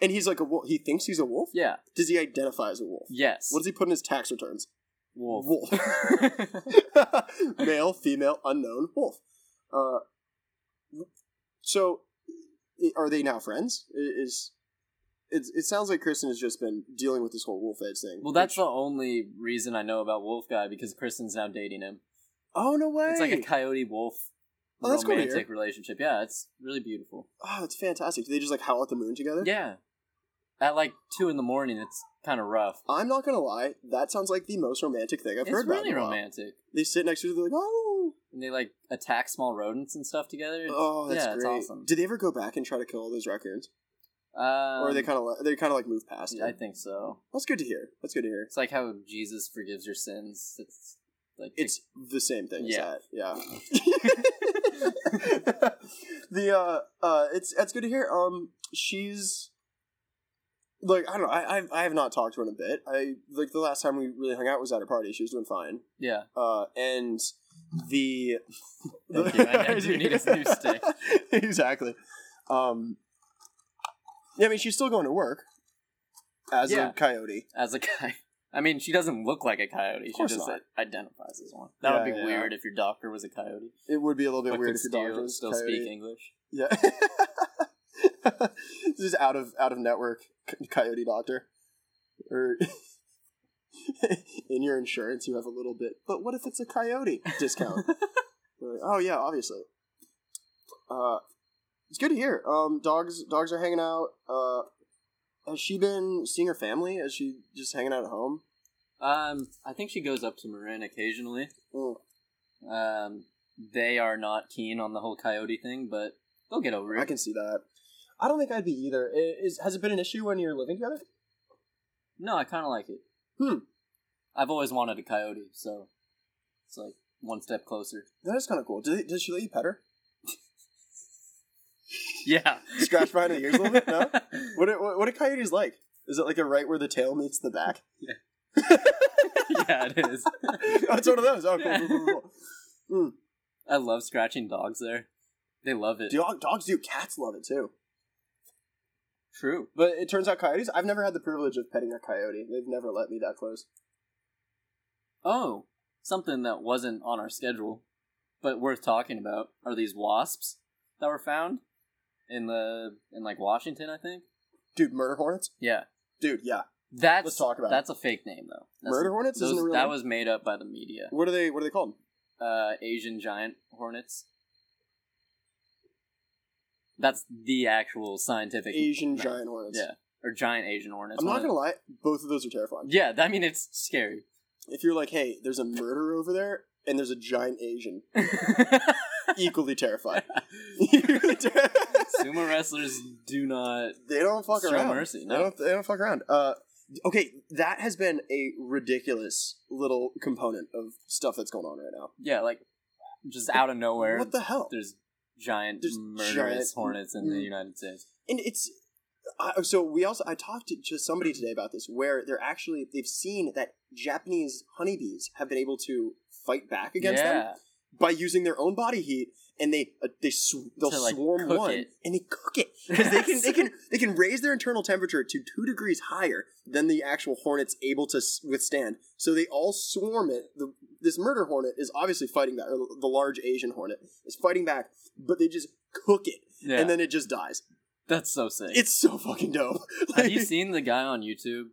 A: And he's like a wolf. He thinks he's a wolf.
B: Yeah.
A: Does he identify as a wolf?
B: Yes.
A: What does he put in his tax returns?
B: wolf?
A: Wolf. Male, female, unknown, wolf. Uh, so, i- are they now friends? I- Is it? It sounds like Kristen has just been dealing with this whole wolf edge thing.
B: well, that's
A: which-
B: the only reason I know about Wolf Guy because Kristen's now dating him.
A: oh no way!
B: It's like a coyote wolf
A: Oh, that's cool to hear.
B: romantic relationship. Yeah, it's really beautiful.
A: oh, that's fantastic. Do they just like howl at the moon together?
B: Yeah. At like two in the morning, it's kind of rough.
A: I'm not gonna lie. That sounds like the most romantic thing I've
B: it's
A: heard about.
B: really
A: in a while.
B: romantic.
A: They sit next to each other, like, oh,
B: And they like attack small rodents and stuff together. It's-
A: oh, that's
B: yeah,
A: great.
B: it's awesome.
A: Did they ever go back and try to kill all those raccoons,
B: Um,
A: or are they kind of they kind of like move past?
B: I
A: it?
B: think so.
A: That's good to hear. That's good to hear.
B: It's like how Jesus forgives your sins. It's like
A: It's the same thing. as
B: Yeah.
A: that. yeah. the uh, uh, it's that's good to hear. Um, she's like I don't know. I, I I have not talked to her in a bit. I like the last time we really hung out was at her party. She was doing fine.
B: yeah.
A: Uh, and the
B: Thank you. I- I do need a new stick.
A: exactly. Um, yeah, I mean she's still going to work as
B: Yeah.
A: a coyote.
B: As a guy, I mean, she doesn't look like a coyote. She
A: course
B: just uh,
A: not.
B: identifies as one. That would
A: Yeah,
B: be
A: yeah.
B: weird if your doctor was a coyote.
A: It would be a little bit
B: but
A: weird
B: could
A: if your
B: still,
A: dog was
B: still
A: coyote.
B: speak English.
A: Yeah. this is out of out of network c- coyote doctor. Or in your insurance you have a little bit. But what if it's a coyote discount? You're like, oh yeah, obviously. Uh it's good to hear. Um dogs dogs are hanging out. Uh has she been seeing her family? Is she just hanging out at home?
B: Um, I think she goes up to Marin occasionally.
A: Mm.
B: Um, they are not keen on the whole coyote thing, but they'll get over
A: I
B: it.
A: can see that. I don't think I'd be either. I- Is, has it been an issue when you're living together?
B: No, I kind of like it.
A: Hmm.
B: I've always wanted a coyote, so it's like one step closer.
A: That is kind of cool. Did, they- did she let you pet her?
B: Yeah.
A: Scratch behind the ears a little bit? No? What are, what what are coyotes like? Is it like a right where the tail meets the back?
B: yeah, it is.
A: oh, it's one of those. Oh, cool, cool, cool, cool.
B: I love scratching dogs there. They love it.
A: Dog, dogs do. Cats love it too.
B: True.
A: But it turns out coyotes. I've never had the privilege of petting a coyote. They've never let me that close.
B: Oh, something that wasn't on our schedule, but worth talking about are these wasps that were found in the in like Washington, I think.
A: Dude, murder hornets.
B: Yeah,
A: Dude, yeah.
B: that's
A: Let's talk about it.
B: that's a fake name though. That's-
A: Murder hornets isn't
B: those-
A: a real
B: That
A: name?
B: was made up by the media.
A: What are they? What are they called?
B: Uh, Asian giant hornets. That's the actual scientific
A: Asian
B: no.
A: giant hornets.
B: Yeah, or giant Asian hornets.
A: I'm not
B: one of-
A: gonna lie. Both of those are terrifying.
B: Yeah, I mean it's scary.
A: If you're like, hey, there's a murder over there, and there's a giant Asian, equally terrifying. Equally ter-
B: Sumo wrestlers do not
A: they don't fuck
B: show
A: around.
B: mercy.
A: They
B: No,
A: don't. They don't fuck around. Uh, okay, that has been a ridiculous little component of stuff that's going on right now.
B: yeah, like just out of nowhere.
A: what the hell?
B: There's giant
A: There's
B: murderous
A: giant-
B: hornets in the
A: Mm.
B: United States.
A: And it's I, so we also I talked to, to somebody today about this where they're actually they've seen that Japanese honeybees have been able to fight back against
B: yeah,
A: them by using their own body heat. And they uh, they sw- they'll
B: To, like,
A: swarm
B: cook
A: one
B: it.
A: and they cook it because they can they can they can raise their internal temperature to two degrees higher than the actual hornet's able to s- withstand. So they all swarm it. The, this murder hornet is obviously fighting back. Or the large Asian hornet is fighting back, but they just cook it
B: yeah.
A: and then it just dies.
B: that's so sick.
A: It's so fucking dope.
B: Have you seen the guy on YouTube?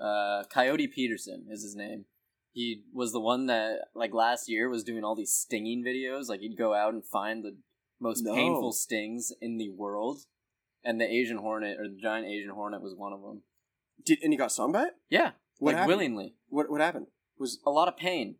B: Uh, Coyote Peterson is his name. He was the one that like last year was doing all these stinging videos. Like he'd go out and find the most
A: No.
B: painful stings in the world, and the Asian hornet or the giant Asian hornet was one of them.
A: Did and you got stung by it?
B: Yeah,
A: What
B: like
A: happened?
B: willingly.
A: What what happened? Was
B: A lot of pain.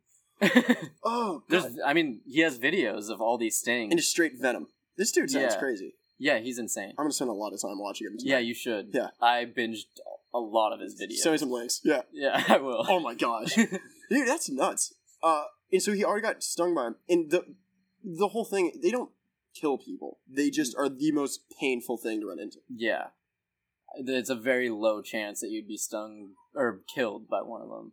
A: oh
B: There's,
A: god,
B: I mean, he has videos of all these stings.
A: and just straight venom. This dude sounds
B: Yeah.
A: crazy.
B: yeah, he's insane.
A: I'm gonna spend a lot of time watching him.
B: Yeah,
A: Tonight.
B: you should.
A: Yeah.
B: I binged a lot of his videos.
A: Send me some links. Yeah.
B: yeah, I will.
A: Oh my gosh, dude, that's nuts. Uh, and so he already got stung by him, and the the whole thing. They don't kill people. They just are the most painful thing to run into.
B: Yeah. It's a very low chance that you'd be stung or killed by one of them.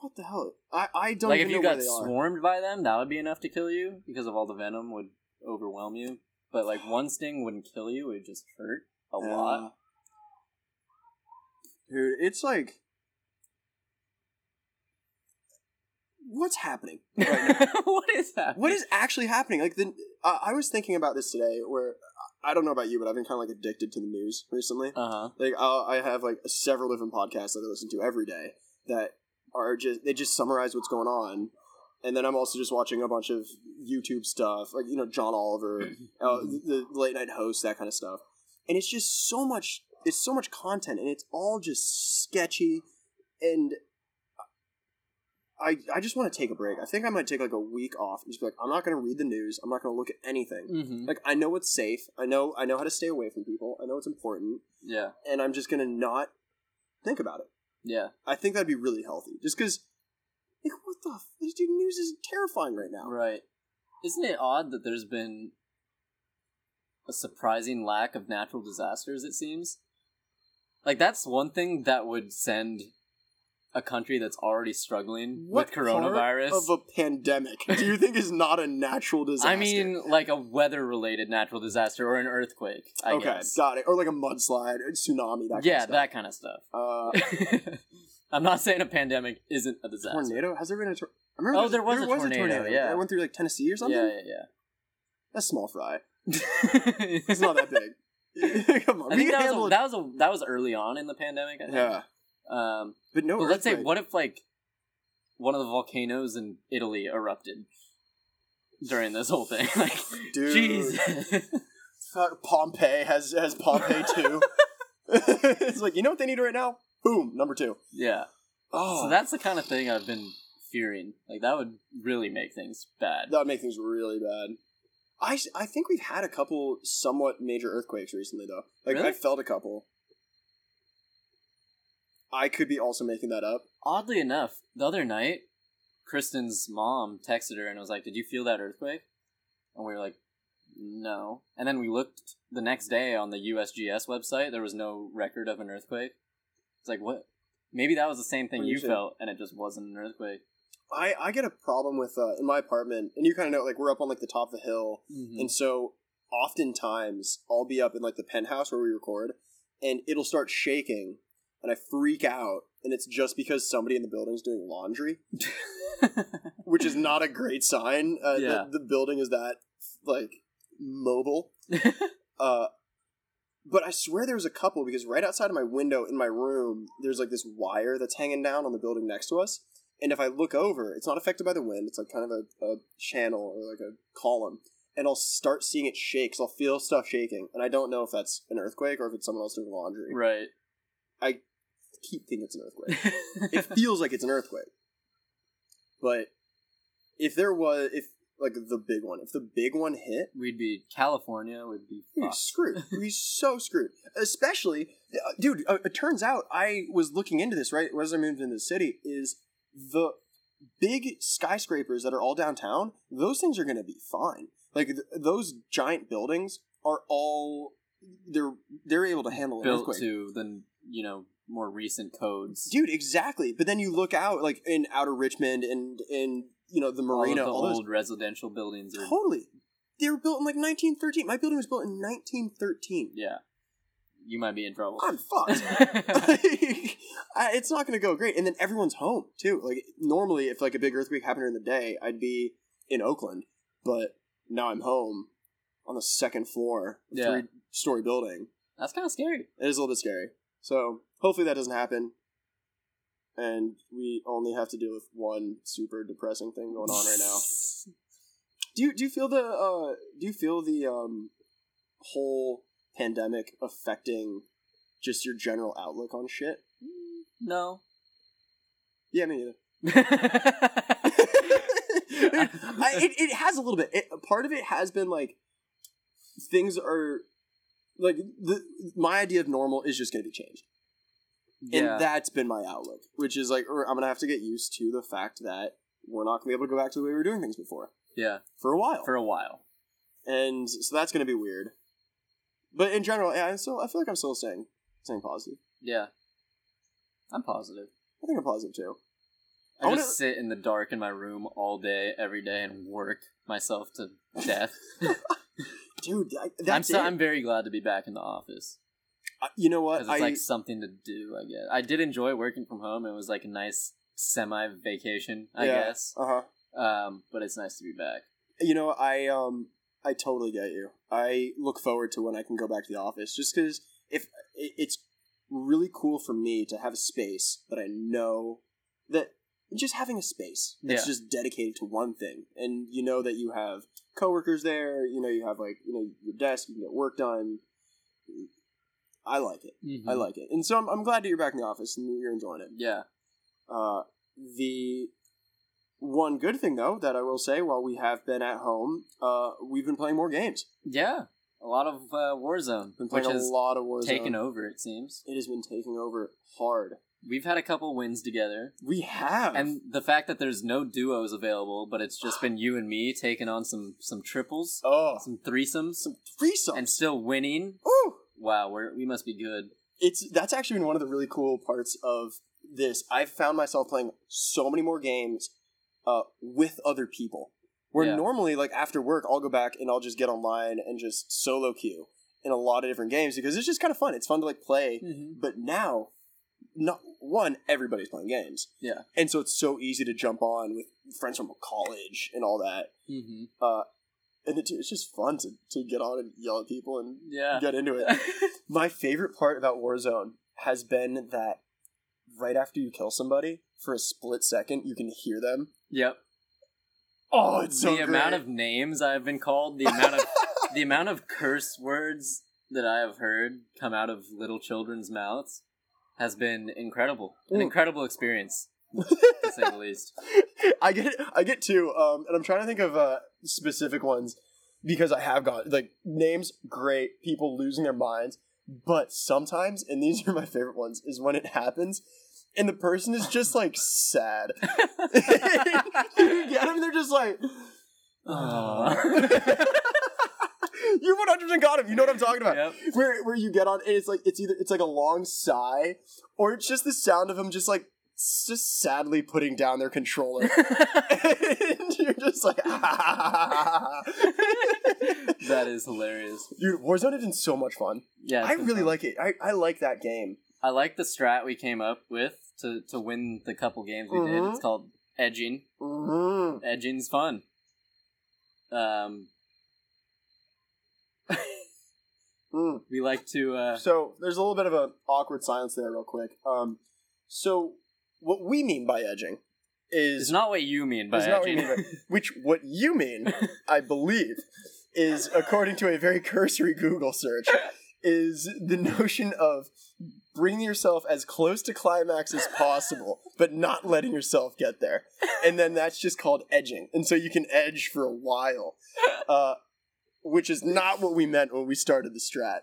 A: What the hell? I I don't
B: like if
A: even
B: you
A: know where
B: got
A: they are.
B: swarmed by them, that would be enough to kill you because of all the venom would overwhelm you. But like one sting wouldn't kill you; it would just hurt a
A: Yeah.
B: lot.
A: Dude, it's like what's happening? Right now?
B: what is that?
A: what is actually happening? Like the uh, I was thinking about this today where I I don't know about you, but I've been kind of like addicted to the news recently.
B: Uh huh.
A: Like I'll, I have like several different podcasts that I listen to every day that are just they just summarize what's going on. And then I'm also just watching a bunch of YouTube stuff, like you know John Oliver, uh, the, the late night host, that kind of stuff. And it's just so much. It's so much content, and it's all just sketchy. And I I just want to take a break. I think I might take like a week off and just be like, I'm not going to read the news. I'm not going to look at anything.
B: hmm
A: Like I know what's safe. I know I know how to stay away from people. I know it's important
B: Yeah,
A: and I'm just gonna not think about it.
B: yeah,
A: I think that'd be really healthy. Just because, like, what the f- this dude news is terrifying right now.
B: right. Isn't it odd that there's been a surprising lack of natural disasters? It seems like that's one thing that would send a country that's already struggling
A: What
B: with coronavirus
A: part of a pandemic do you think is not a natural disaster?
B: I mean, like a weather-related natural disaster or an earthquake. I
A: okay,
B: guess.
A: got it. Or like a mudslide, or tsunami, that
B: yeah,
A: kind of
B: that kind of stuff.
A: stuff. Uh,
B: I'm not saying a pandemic isn't a disaster.
A: tornado? Has there been a tornado? I remember
B: Oh, there was a tornado, yeah.
A: That went through like Tennessee or something?
B: Yeah,
A: That's small fry.
B: yeah, yeah.
A: It's not that big. Come on.
B: I
A: we
B: think
A: can
B: that
A: handle it.
B: was, a, that was a that was early on in the pandemic. I think.
A: Yeah.
B: Um,
A: But no,
B: but let's say,
A: earthquake.
B: what if like one of the volcanoes in Italy erupted during this whole thing? Like,
A: Dude.
B: jeez.
A: Fuck, Pompeii has has Pompeii too. it's like you know what they need right now. Boom, number two.
B: yeah.
A: Oh,
B: So that's the kind of thing I've been fearing. Like that would really make things bad.
A: that would make things really bad. I, s- I think we've had a couple somewhat major earthquakes recently though. Like
B: Really?
A: I felt a couple. I could be also making that up.
B: Oddly enough, the other night, Kristen's mom texted her and was like, "Did you feel that earthquake?" And we were like, "No." And then we looked the next day on the USGS website. There was no record of an earthquake. It's like, what? Maybe that was the same thing
A: Well, you
B: you
A: should-
B: felt, and it just wasn't an earthquake.
A: I, I get a problem with uh, in my apartment, and you kind of know like we're up on like the top of the hill,
B: Mm-hmm.
A: And so oftentimes I'll be up in like the penthouse where we record and it'll start shaking and I freak out and it's just because somebody in the building's doing laundry, which is not a great sign. Uh,
B: Yeah.
A: that the building is that like mobile. Uh but I swear there was a couple because right outside of my window in my room, there's like this wire that's hanging down on the building next to us. And if I look over, it's not affected by the wind. It's like kind of a, a channel or like a column. And I'll start seeing it shake. So I'll feel stuff shaking. And I don't know if that's an earthquake or if it's someone else doing laundry.
B: right.
A: I keep thinking it's an earthquake. it feels like it's an earthquake. But if there was, if like the big one, if the big one hit,
B: We'd be California. Would be
A: He's
B: fucked.
A: screwed. He's so screwed. Especially, uh, dude. Uh, it turns out I was looking into this. Right, as I moved into the city, is the big skyscrapers that are all downtown. Those things are going to be fine. Like th- those giant buildings are all they're they're able to handle an
B: built
A: earthquake.
B: to the you know more recent codes.
A: Dude, exactly. But then you look out, like in outer Richmond and in you know the
B: all of
A: marina,
B: the
A: all,
B: old residential buildings. Are,
A: those totally. They were built in like 1913. My building was built in 1913.
B: yeah, you might be in trouble.
A: I'm fucked. Like, I- it's not going to go great. And then everyone's home too. Like normally, if like a big earthquake happened during the day, I'd be in Oakland, but now I'm home on the second floor,
B: Yeah.
A: three story building.
B: That's kind of scary.
A: It is a little bit scary. So hopefully that doesn't happen, and we only have to deal with one super depressing thing going on right now. Do you do you feel the uh, do you feel the um, whole pandemic affecting just your general outlook on shit?
B: No.
A: Yeah, me neither.
B: yeah,
A: I, it, it has a little bit. It, part of it has been like things are like the my idea of normal is just going to be changed.
B: Yeah.
A: And that's been my outlook, which is like, er, I'm gonna have to get used to the fact that we're not gonna be able to go back to the way we were doing things before
B: yeah,
A: for a while,
B: for a while.
A: and so that's gonna be weird. But in general, yeah, I still I feel like I'm still staying staying positive.
B: Yeah, I'm positive.
A: I think I'm positive too.
B: I,
A: I wanna-
B: just sit in the dark in my room all day, every day, and work myself to death.
A: Dude, I, that's
B: I'm so,
A: it.
B: I'm very glad to be back in the office
A: I- you know
B: because
A: what?
B: it's
A: I
B: like something to do. I guess I did enjoy working from home. It was like a nice semi vacation, I
A: Yeah.
B: guess.
A: uh huh.
B: Um, but it's nice to be back.
A: You know, I um, I totally get you. I look forward to when I can go back to the office, just because if i- it's really cool for me to have a space that I know that just having a space that's
B: Yeah.
A: just dedicated to one thing, and you know that you have coworkers there. You know, you have like you know your desk, you can get work done. I like it. I like it, and so I'm, I'm glad that you're back in the office and you're enjoying it.
B: Mm-hmm. Yeah.
A: Uh, the one good thing though that I will say while we have been at home, uh, we've been playing more games.
B: Yeah, a lot of uh, Warzone,
A: Been
B: which
A: playing a
B: has
A: lot of Warzone.
B: taken over. It seems
A: It has been taking over hard.
B: we've had a couple wins together,
A: We have.
B: and the fact that there's no duos available, but it's just been you and me taking on some some triples,
A: oh,
B: some threesomes,
A: some threesomes.
B: and still winning.
A: Ooh,
B: Wow, we're, we must be good.
A: it's that's actually been one of the really cool parts of this. I've found myself playing so many more games uh, with other people. Where
B: Yeah.
A: normally, like after work, I'll go back and I'll just get online and just solo queue in a lot of different games because it's just kind of fun. It's fun to like play
B: Mm-hmm.
A: but now not one everybody's playing games
B: Yeah.
A: and so it's so easy to jump on with friends from college and all that
B: Mm-hmm.
A: and it, it's just fun to, to get on and yell at people and
B: Yeah.
A: get into it my favorite part about warzone has been that right after you kill somebody for a split second you can hear them
B: yep.
A: oh it's so
B: the amount
A: great.
B: of names I've been called, the amount of the amount of curse words that I have heard come out of little children's mouths has been incredible. An
A: Ooh.
B: incredible experience, to say the least.
A: I get I get two, um, and I'm trying to think of uh, specific ones because I have got like names great, people losing their minds, but sometimes, and these are my favorite ones, is when it happens. And the person is just like sad. you get them, they're just like,
B: Aw.
A: you 100 percent got him. You know what I'm talking about.
B: yep.
A: Where where you get on, and it's like it's either it's like a long sigh, or it's just the sound of him just like s- just sadly putting down their controller and you're just like,
B: that is hilarious.
A: dude, Warzone has been so much fun.
B: Yeah, it's
A: I
B: been
A: really
B: fun.
A: like it. I, I like that game.
B: I like the strat we came up with to to win the couple games we did.
A: Mhm.
B: It's called edging.
A: Mm-hmm.
B: Edging's fun. Um, we like to uh,
A: So there's a little bit of an awkward silence there, real quick. Um, so what we mean by edging
B: It's
A: is
B: not what you mean by
A: is not what you
B: edging.
A: mean by- which what you mean, I believe, is according to a very cursory Google search, is the notion of bringing yourself as close to climax as possible, but not letting yourself get there, and then that's just called edging, and so you can edge for a while, uh, which is not what we meant when we started the strat.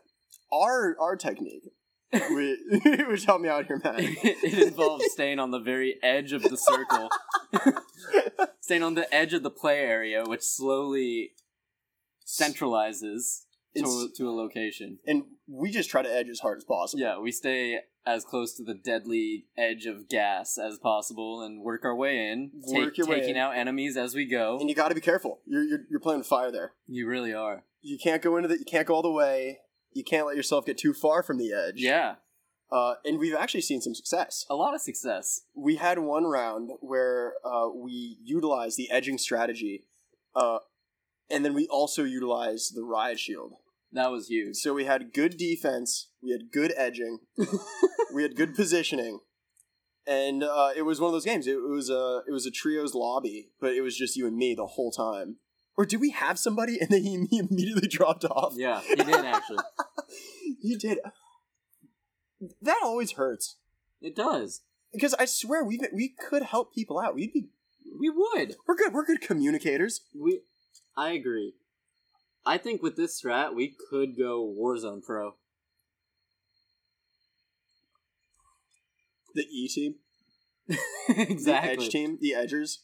A: Our our technique, we, which help me out here, Matt.
B: it involves staying on the very edge of the circle, staying on the edge of the play area, which slowly centralizes to,
A: It's-
B: to a location.
A: and we just try to edge as hard as possible.
B: Yeah, we stay as close to the deadly edge of gas as possible and work our way in,
A: Work your way
B: taking
A: in.
B: out enemies as we
A: and
B: go.
A: you got to be careful. You're, you're you're playing with fire there.
B: You really are.
A: You can't go into the you can't go all the way. You can't let yourself get too far from the edge.
B: Yeah,
A: Uh, and we've actually seen some success.
B: a lot of success.
A: We had one round where uh, we utilized the edging strategy, uh, and then we also utilized the riot shield.
B: That was huge.
A: So we had good defense, we had good edging, we had good positioning, and uh, it was one of those games. It, was a it was a trios lobby, but it was just you and me the whole time. Or did we have somebody and then he, he immediately dropped off?
B: Yeah, he did actually.
A: He did. That always hurts
B: It does.
A: because I swear we we could help people out. We'd be
B: We would.
A: we're good. We're good communicators.
B: We, I agree. I think with this strat, we could go Warzone Pro.
A: The E team,
B: exactly.
A: the Edge team, the Edgers,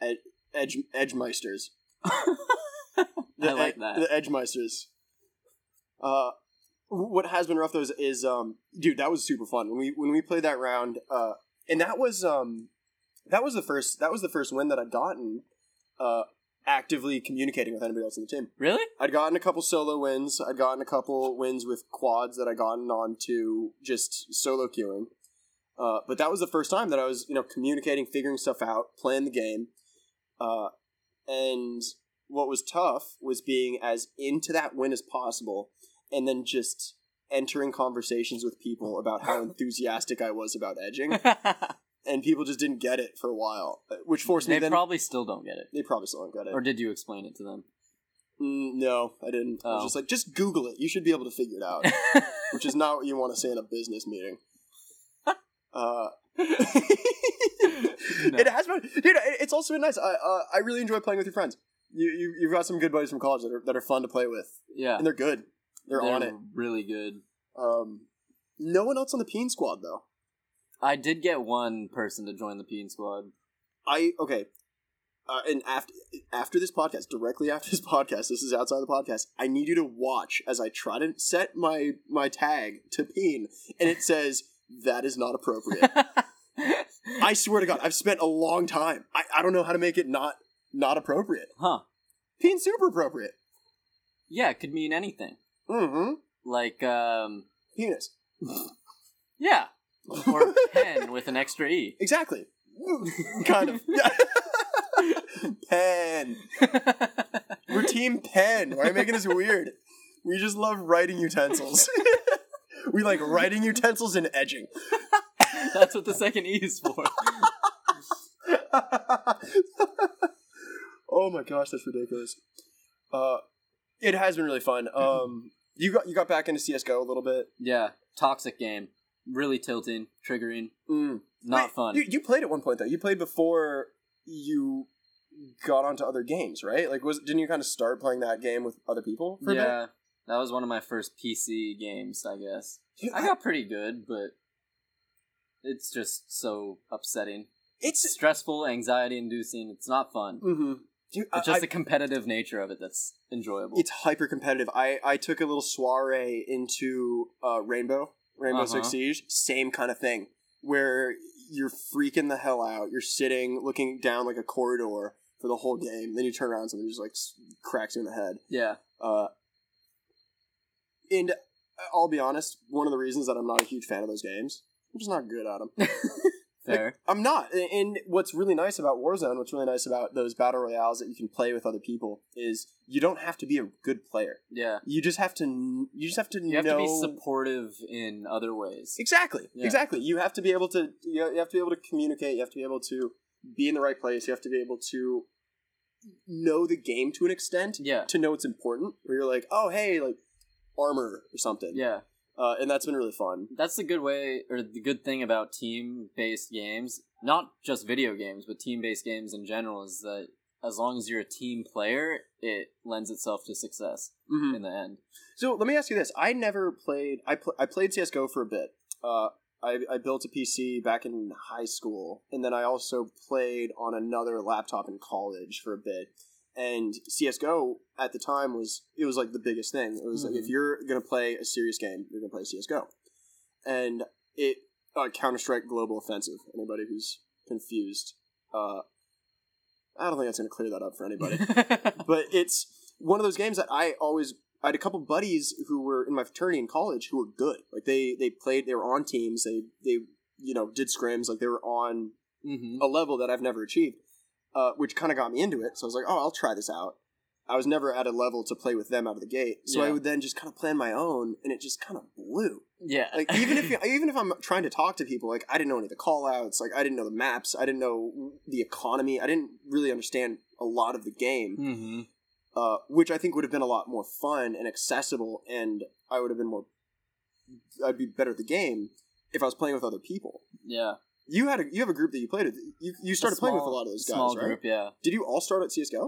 A: Ed- Edge Edgemeisters.
B: I like that.
A: The Edgemeisters. Uh, wh- what has been rough though is, is um, dude, that was super fun when we when we played that round. Uh, and that was um, that was the first that was the first win that I'd gotten. Uh, actively communicating with anybody else on the team.
B: really?
A: I'd gotten a couple solo wins. I'd gotten a couple wins with quads that I'd gotten on to just solo queuing. Uh, but that was the first time that I was, you know, communicating, figuring stuff out, playing the game. Uh, and what was tough was being as into that win as possible and then just entering conversations with people about how enthusiastic I was about edging. And people just didn't get it for a while, uh, which forced me
B: they
A: then.
B: probably still don't get it.
A: they probably still don't get it.
B: Or did you explain it to them?
A: Mm, no, I didn't. I was
B: Oh.
A: just like, just Google it. You should be able to figure it out, which is not what you want to say in a business meeting. Uh, It has been, dude. it- It's also been nice. I uh, I really enjoy playing with your friends. You, you you've got some good buddies from college that are that are fun to play with,
B: yeah.
A: and they're good. They're, on it.
B: Really good.
A: Um, no one else on the Peen squad though.
B: I did get one person to join the Peen squad.
A: I okay. Uh, and after after this podcast, directly after this podcast, this is outside the podcast. I need you to watch as I try to set my my tag to peen, and it says that is not appropriate. I swear to God, I've spent a long time. I, I don't know how to make it not not appropriate.
B: huh.
A: Peen super appropriate.
B: Yeah, it could mean anything.
A: Mm-hmm.
B: Like, um,
A: Penis.
B: yeah. Or pen with an extra E.
A: Exactly. kind of. pen. We're Team Pen. Why are you making this weird? We just love writing utensils. we like writing utensils and edging.
B: That's what the second E is for.
A: oh my gosh, that's ridiculous. Uh, it has been really fun. Um, you got you got back into CS:GO a little bit.
B: yeah, toxic game. Really tilting, triggering,
A: Mm.
B: not
A: Wait,
B: fun.
A: You, you played at one point though. You played before you got onto other games, right? Like, was didn't you kind of start playing that game with other people? For a bit?
B: yeah, that was one of my first PC games, I guess.
A: Dude,
B: I got pretty good, but it's just so upsetting.
A: it's
B: Stressful, anxiety inducing. It's not fun.
A: mm-hmm. Dude, I-
B: It's just
A: I-
B: the competitive nature of it that's enjoyable.
A: it's hyper competitive. I, I took a little soiree into uh, Rainbow, Rainbow Six
B: Uh-huh.
A: Siege, same kind of thing where you're freaking the hell out. You're sitting looking down like a corridor for the whole game. Then you turn around and somebody just like s- cracks you in the head.
B: yeah.
A: Uh, and I'll be honest, one of the reasons that I'm not a huge fan of those games, I'm just not good at them.
B: Fair.
A: I'm not. And- And what's really nice about Warzone, what's really nice about those battle royales that you can play with other people, is you don't have to be a good player.
B: yeah.
A: You just have to. kn- You just have to
B: You have
A: know.
B: to be supportive in other ways.
A: exactly.
B: Yeah.
A: Exactly. You have to be able to. You you have to be able to communicate. You have to be able to be in the right place. You have to be able to know the game to an extent
B: Yeah.
A: to know it's important. Where you're like, oh hey, like armor or something.
B: Yeah.
A: Uh, and that's been really fun.
B: That's the good way or the good thing about team-based games, not just video games, but team-based games in general is that as long as you're a team player, it lends itself to success
A: Mm-hmm.
B: in the end.
A: So let me ask you this: I never played. I pl- I played CS:GO for a bit. Uh, I I built a PC back in high school, and then I also played on another laptop in college for a bit. And CS:GO at the time was it was like the biggest thing. It was like if
B: Mhm.
A: you're gonna play a serious game, you're gonna play CS:GO, and it uh, Counter Strike Global Offensive. Anybody who's confused, uh, I don't think that's gonna clear that up for anybody but it's one of those games that I always I had a couple buddies who were in my fraternity in college who were good. Like they they played, they were on teams, they they you know did scrims, like they were on
B: Mhm.
A: a level that I've never achieved, uh, which kind of got me into it. So I was like, oh, I'll try this out. I was never at a level to play with them out of the gate, so I
B: Yeah.
A: would then just kind of plan my own, and it just kind of blew.
B: Yeah.
A: Like even if you- even if I'm trying to talk to people, like I didn't know any of the call outs, like I didn't know the maps, I didn't know the economy, I didn't really understand a lot of the game
B: hmm
A: uh, which I think would have been a lot more fun and accessible, and I would have been more. I'd be better at the game if I was playing with other people.
B: Yeah.
A: You had a you have a group that you played with. You you started
B: A
A: playing with a
B: small-
A: lot of those guys,
B: Small
A: right?
B: group, yeah.
A: Did you all start at CS:GO?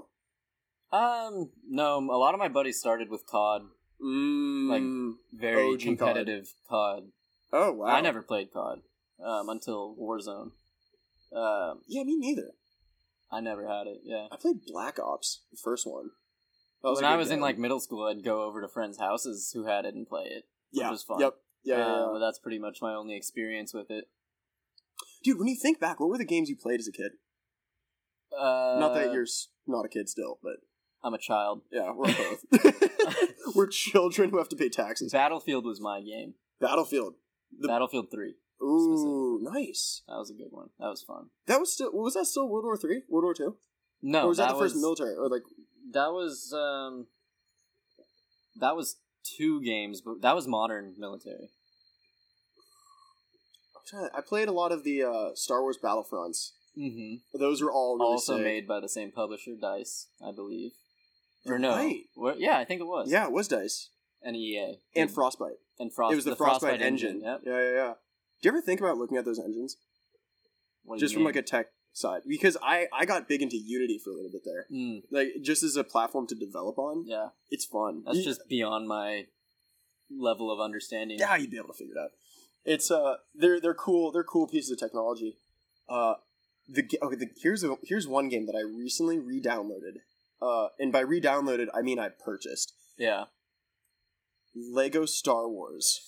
B: Um, no, a lot of my buddies started with COD,
A: Mm,
B: very
A: OG COD.
B: competitive COD.
A: oh wow!
B: I never played COD. um, until Warzone. Um,
A: Yeah, me neither.
B: I never had it. Yeah.
A: I played Black Ops, the first one. That a
B: when I
A: good
B: was in
A: game.
B: like middle school, I'd go over to friends' houses who had it and play it.
A: yeah,
B: was fun.
A: Yep. Yeah, yeah,
B: Um,
A: yeah.
B: That's pretty much my only experience with it.
A: Dude, when you think back, what were the games you played as a kid?
B: Uh,
A: not that you're s- not a kid still, but
B: I'm a child.
A: yeah, we're both. we're children who have to pay taxes.
B: Battlefield was my game.
A: Battlefield. The-
B: Battlefield Three.
A: Ooh, nice.
B: That was a good one. That was fun.
A: That was still was that still World War Three, World War Two,
B: No,
A: or was that, the
B: was,
A: first military? Or like,
B: That was um, that was two games, but that was modern military.
A: I'm trying to- I played a lot of the uh, Star Wars Battlefronts.
B: Mm-hmm.
A: Those were all really
B: Also
A: sick.
B: made by the same publisher, Dice, I believe.
A: You're
B: Or no?
A: right.
B: Wha- yeah, I think it was.
A: Yeah, it was Dice
B: and EA
A: and Frostbite.
B: and Frost.
A: it was the,
B: the
A: Frostbite, engine.
B: Yep.
A: Yeah, yeah, yeah. Do you ever think about looking at those engines
B: What do
A: just
B: you
A: from
B: mean?
A: like a tech side? Because I I got big into Unity for a little bit there,
B: Mm,
A: like just as a platform to develop on.
B: yeah,
A: It's fun.
B: that's
A: You-
B: just beyond my level of understanding.
A: yeah, you'd be able to figure it out. It's uh, they're they're cool. They're cool pieces of technology. Uh, the ga- okay, the, here's a, here's one game that I recently re-downloaded. Uh, and by re-downloaded, I mean I purchased
B: Yeah.
A: Lego Star Wars: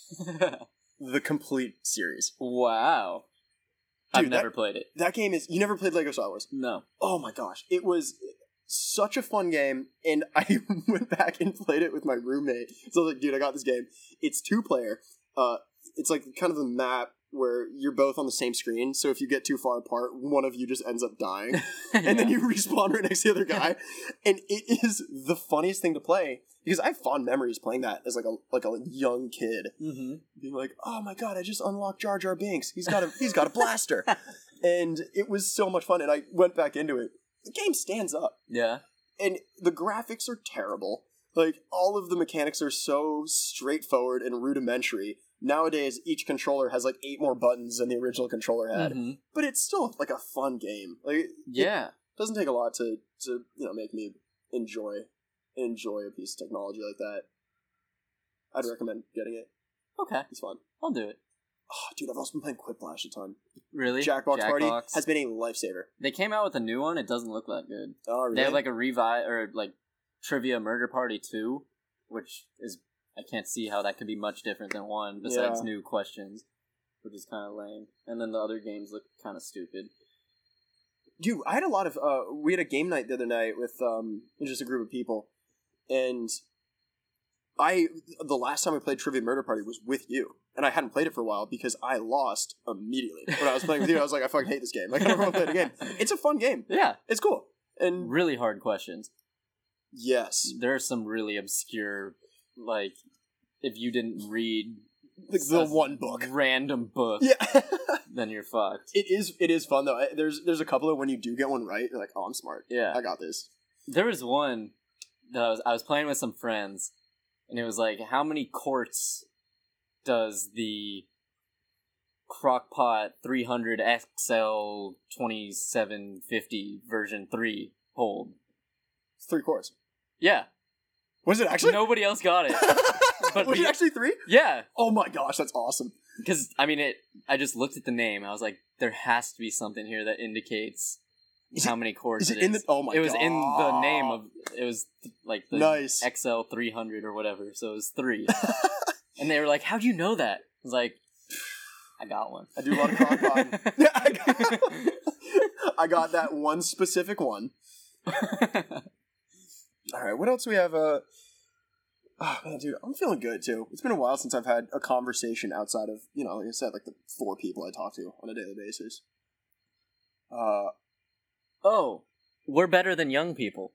A: The Complete Series.
B: wow. I've
A: Dude, that-
B: never played it.
A: That game is you never played Lego Star Wars?
B: No.
A: Oh my gosh, it was such a fun game, and I went back and played it with my roommate. So I was like, dude, I got this game. It's two player. Uh, it's like kind of a map where you're both on the same screen. So if you get too far apart, one of you just ends up dying, and then you respawn right next to the other guy. and it is the funniest thing to play because I have fond memories playing that as like a like a young kid,
B: hmm
A: being like, oh my god, I just unlocked Jar Jar Binks. He's got a he's got a blaster and it was so much fun. And I went back into it. The game stands up,
B: Yeah.
A: and the graphics are terrible. Like all of the mechanics are so straightforward and rudimentary. Nowadays, each controller has like eight more buttons than the original controller had,
B: Mhm.
A: but it's still like a fun game. Like it
B: Yeah.
A: doesn't take a lot to to you know make me enjoy enjoy a piece of technology like that. I'd recommend getting it.
B: Okay.
A: It's fun.
B: I'll do it.
A: Oh, dude, I've also been playing Quiplash a ton.
B: Really?
A: Jackbox, Party
B: Jackbox.
A: has been a lifesaver.
B: They came out with a new one. It doesn't look that good.
A: Oh, really?
B: They have like a revive or like Trivia Murder Party two, which is I can't see how that could be much different than one besides
A: Yeah.
B: new questions, which is kind of lame. And then the other games look kind of stupid.
A: dude i had a lot of uh we had a game night the other night with um just a group of people and i the last time i played trivia murder party was with you and i hadn't played it for a while because i lost immediately when i was playing with you i was like i fucking hate this game like i don't want to play it again it's a fun game
B: Yeah,
A: it's cool and
B: really hard questions.
A: yes
B: There are some really obscure, like if you didn't read
A: like the
B: a
A: one book
B: random book,
A: yeah
B: then you're fucked.
A: it is it is fun though I- there's there's a couple of when you do get one right you're like oh i'm smart
B: Yeah,
A: i got this
B: There was one that I was, I was playing with some friends, and it was like, how many quarts does the Crock-Pot 300 XL 2750 version 3 hold?
A: it's three chords
B: Yeah,
A: was it actually
B: nobody else got it. but
A: was
B: we-
A: it actually three?
B: yeah,
A: Oh my gosh that's awesome
B: because I mean, it. I just looked at the name. I was like, there has to be something here that indicates
A: Is
B: how many quarts
A: Is it in the? Oh my!
B: it was in the
A: God.
B: name of it was like the
A: Nice.
B: XL three hundred or whatever, so it was three. and they were like, "How do you know that?" I was like, "I got one.
A: I do a lot of crock pot. Yeah, I got, I got that one specific one. All right, what else do we have? Uh, oh man, dude, I'm feeling good too. It's been a while since I've had a conversation outside of you know, like I said, like the four people I talk to on a daily basis. Uh,
B: oh, we're better than young people.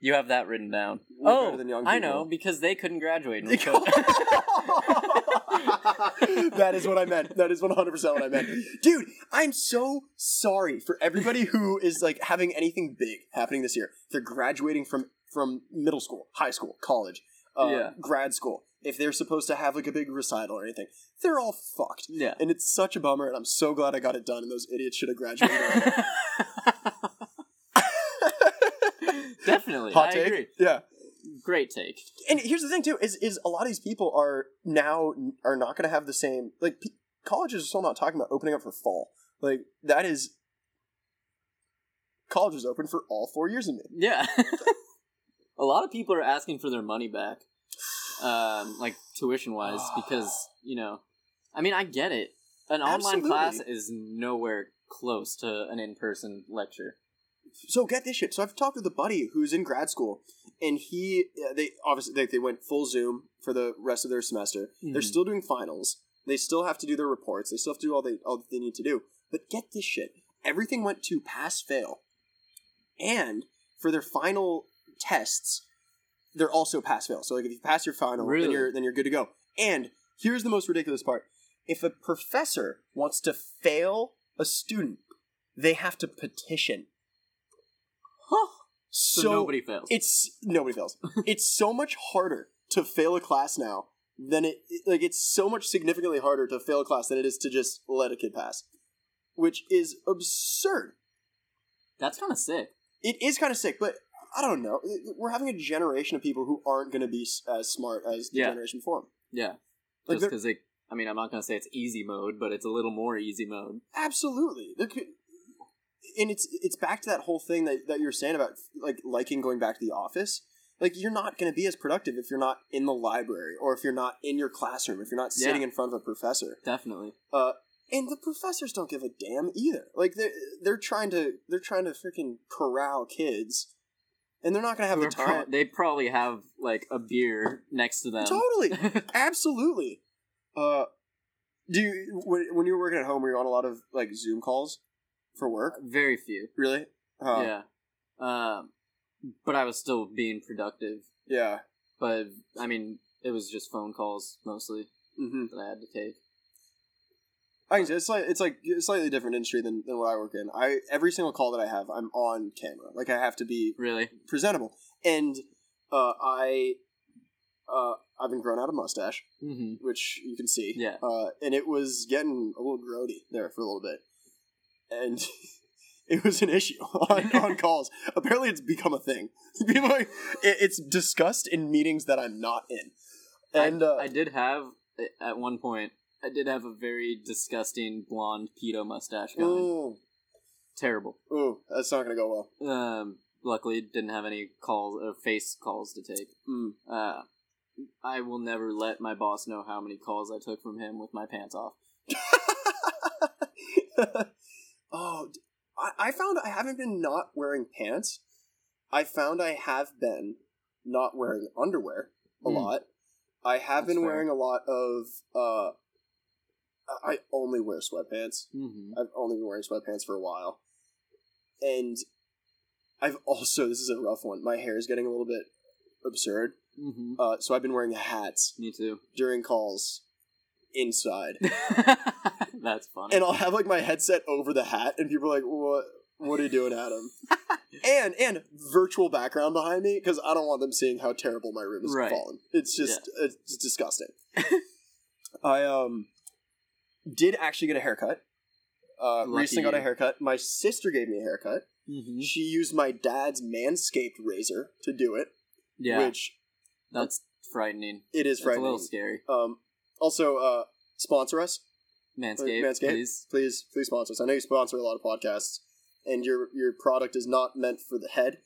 B: You have that written down.
A: We're
B: oh,
A: better than young
B: I know
A: people.
B: because they couldn't graduate. And we could.
A: that is what I meant. That is 100 percent what I meant, dude. I'm so sorry for everybody who is like having anything big happening this year. They're graduating from from middle school, high school, college, uh,
B: Yeah.
A: grad school. If they're supposed to have like a big recital or anything, they're all fucked.
B: yeah.
A: And it's such a bummer. And I'm so glad I got it done. And those idiots should have graduated.
B: Definitely,
A: Hot
B: I
A: take.
B: agree.
A: Yeah.
B: Great take.
A: and here's the thing too is is a lot of these people are now are not going to have the same like pe- colleges are still not talking about opening up for fall. Like that is college is open for all four years of May.
B: Yeah. a lot of people are asking for their money back, um, like tuition wise, because, you know, I mean, I get it. An online
A: Absolutely.
B: class is nowhere close to an in person lecture.
A: so get this shit. So I've talked with a buddy who's in grad school, and he uh, they obviously they, they went full Zoom for the rest of their semester. They're
B: Mhm.
A: still doing finals. They still have to do their reports. They still have to do all they all that they need to do. But get this shit. Everything went to pass fail, and for their final tests, they're also pass fail. So like if you pass your final, then
B: Really?
A: you're then you're good to go. And here's the most ridiculous part: if a professor wants to fail a student, they have to petition.
B: Huh.
A: So,
B: So, nobody fails.
A: it's nobody fails. it's so much harder to fail a class now than it it- like it's so much significantly harder to fail a class than it is to just let a kid pass, which is absurd.
B: That's kind of sick.
A: It is kind of sick, but I don't know. We're having a generation of people who aren't going to be s- as smart as the
B: Yeah.
A: generation before. 'em.
B: Yeah.
A: Like
B: Just
A: they're-
B: because they, I mean, I'm not going to say it's easy mode, but it's a little more easy mode.
A: Absolutely. There could- and it's it's back to that whole thing that, that you were saying about like liking going back to the office. Like you're not going to be as productive if you're not in the library or if you're not in your classroom, if you're not sitting
B: Yeah.
A: in front of a professor.
B: Definitely.
A: And the professors don't give a damn either. Like they are they're trying to they're trying to freaking corral kids and they're not going to have the
B: They're pro-
A: time.
B: they probably have like a beer next to them.
A: Totally. Absolutely. Uh do you, when, when you were working at home were you on a lot of like Zoom calls for work?
B: Very few.
A: Really? Huh.
B: Yeah. Um, but I was still being productive.
A: Yeah.
B: But I mean, it was just phone calls mostly
A: Mm-hmm.
B: that I had to take.
A: I can say it's like it's like a slightly different industry than, than what I work in. I every single call that I have, I'm on camera. Like I have to be
B: Really?
A: presentable, and uh, I uh, I've been growing out a mustache,
B: Mm-hmm.
A: which you can see.
B: Yeah.
A: Uh, and it was getting a little grody there for a little bit, and it was an issue on, on calls. Apparently, it's become a thing. People like, it, it's discussed in meetings that I'm not in, and
B: I,
A: uh,
B: I did have at one point. I did have a very disgusting blonde pedo mustache going.
A: ooh,
B: Terrible.
A: ooh, that's not gonna go well.
B: Um, luckily, didn't have any calls or face calls to take.
A: Mm.
B: Uh, I will never let my boss know how many calls I took from him with my pants off.
A: oh, d- I, I found I haven't been not wearing pants. I found I have been not wearing underwear a
B: Hmm.
A: lot. I have
B: That's
A: been
B: fair.
A: wearing a lot of. Uh, I- I only wear sweatpants.
B: Mm-hmm.
A: I've only been wearing sweatpants for a while, and I've also this is a rough one. My hair is getting a little bit absurd,
B: Mm-hmm.
A: uh, so I've been wearing hats
B: Me too.
A: during calls inside.
B: That's funny.
A: and I'll have like my headset over the hat, and people are like, "What? What are you doing, Adam?" and and virtual background behind me because I don't want them seeing how terrible my room is
B: Right.
A: fallen. It's just it's disgusting. I um did actually get a haircut. Uh,
B: Lucky
A: recently got a
B: you.
A: haircut. My sister gave me a haircut.
B: mm-hmm.
A: She used my dad's manscaped razor to do it,
B: Yeah,
A: which
B: that's frightening.
A: it is
B: It's a
A: frightening.
B: little scary.
A: Um, also, uh, sponsor us.
B: Manscaped,
A: Manscaped?
B: please.
A: please please sponsor us. I know you sponsor a lot of podcasts, and your your product is not meant for the head;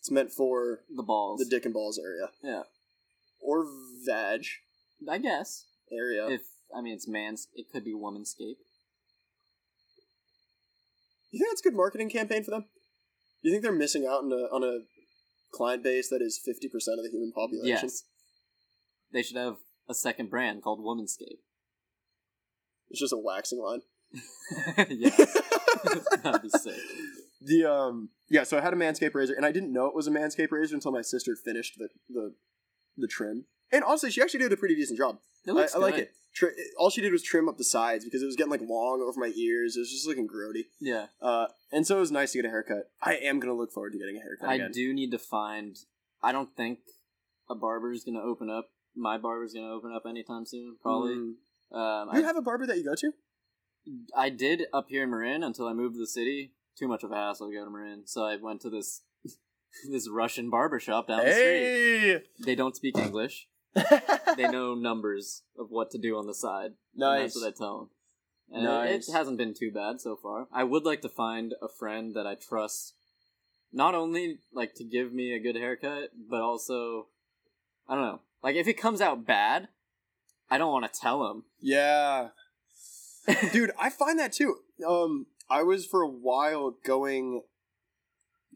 A: it's meant for
B: The balls.
A: the dick and balls area.
B: Yeah.
A: or vag
B: I guess.
A: area.
B: If I mean, it's man's. It could be womanscape.
A: you think that's a good marketing campaign for them? You think they're missing out on a on a client base that is fifty percent of the human population?
B: Yes. They should have a second brand called Womanscape.
A: It's just a waxing line.
B: yeah, that'd be sick.
A: The um yeah, so I had a manscaped razor, and I didn't know it was a manscaped razor until my sister finished the the the trim. And honestly, she actually did a pretty decent job.
B: It
A: I,
B: looks
A: I like
B: good.
A: it. Tri- all she did was trim up the sides because it was getting like long over my ears. It was just looking grody.
B: Yeah,
A: Uh, and so it was nice to get a haircut. I am gonna look forward to getting a haircut
B: I
A: again.
B: do need to find. I don't think a barber's gonna open up. My barber's gonna open up anytime soon. Probably.
A: Mm.
B: Um,
A: You
B: I,
A: have a barber that you go to?
B: I did up here in Marin until I moved to the city. Too much of a hassle to go to Marin, so I went to this this Russian barber shop down the street.
A: Hey,
B: They don't speak English. They know numbers of what to do on the side. and
A: nice.
B: that's what I tell them. And it-
A: Nice.
B: It hasn't been too bad so far. I would like to find a friend that I trust, not only like to give me a good haircut, but also, I don't know. Like if it comes out bad, I don't want to tell him.
A: Yeah. Dude, I find that too. Um, I was for a while going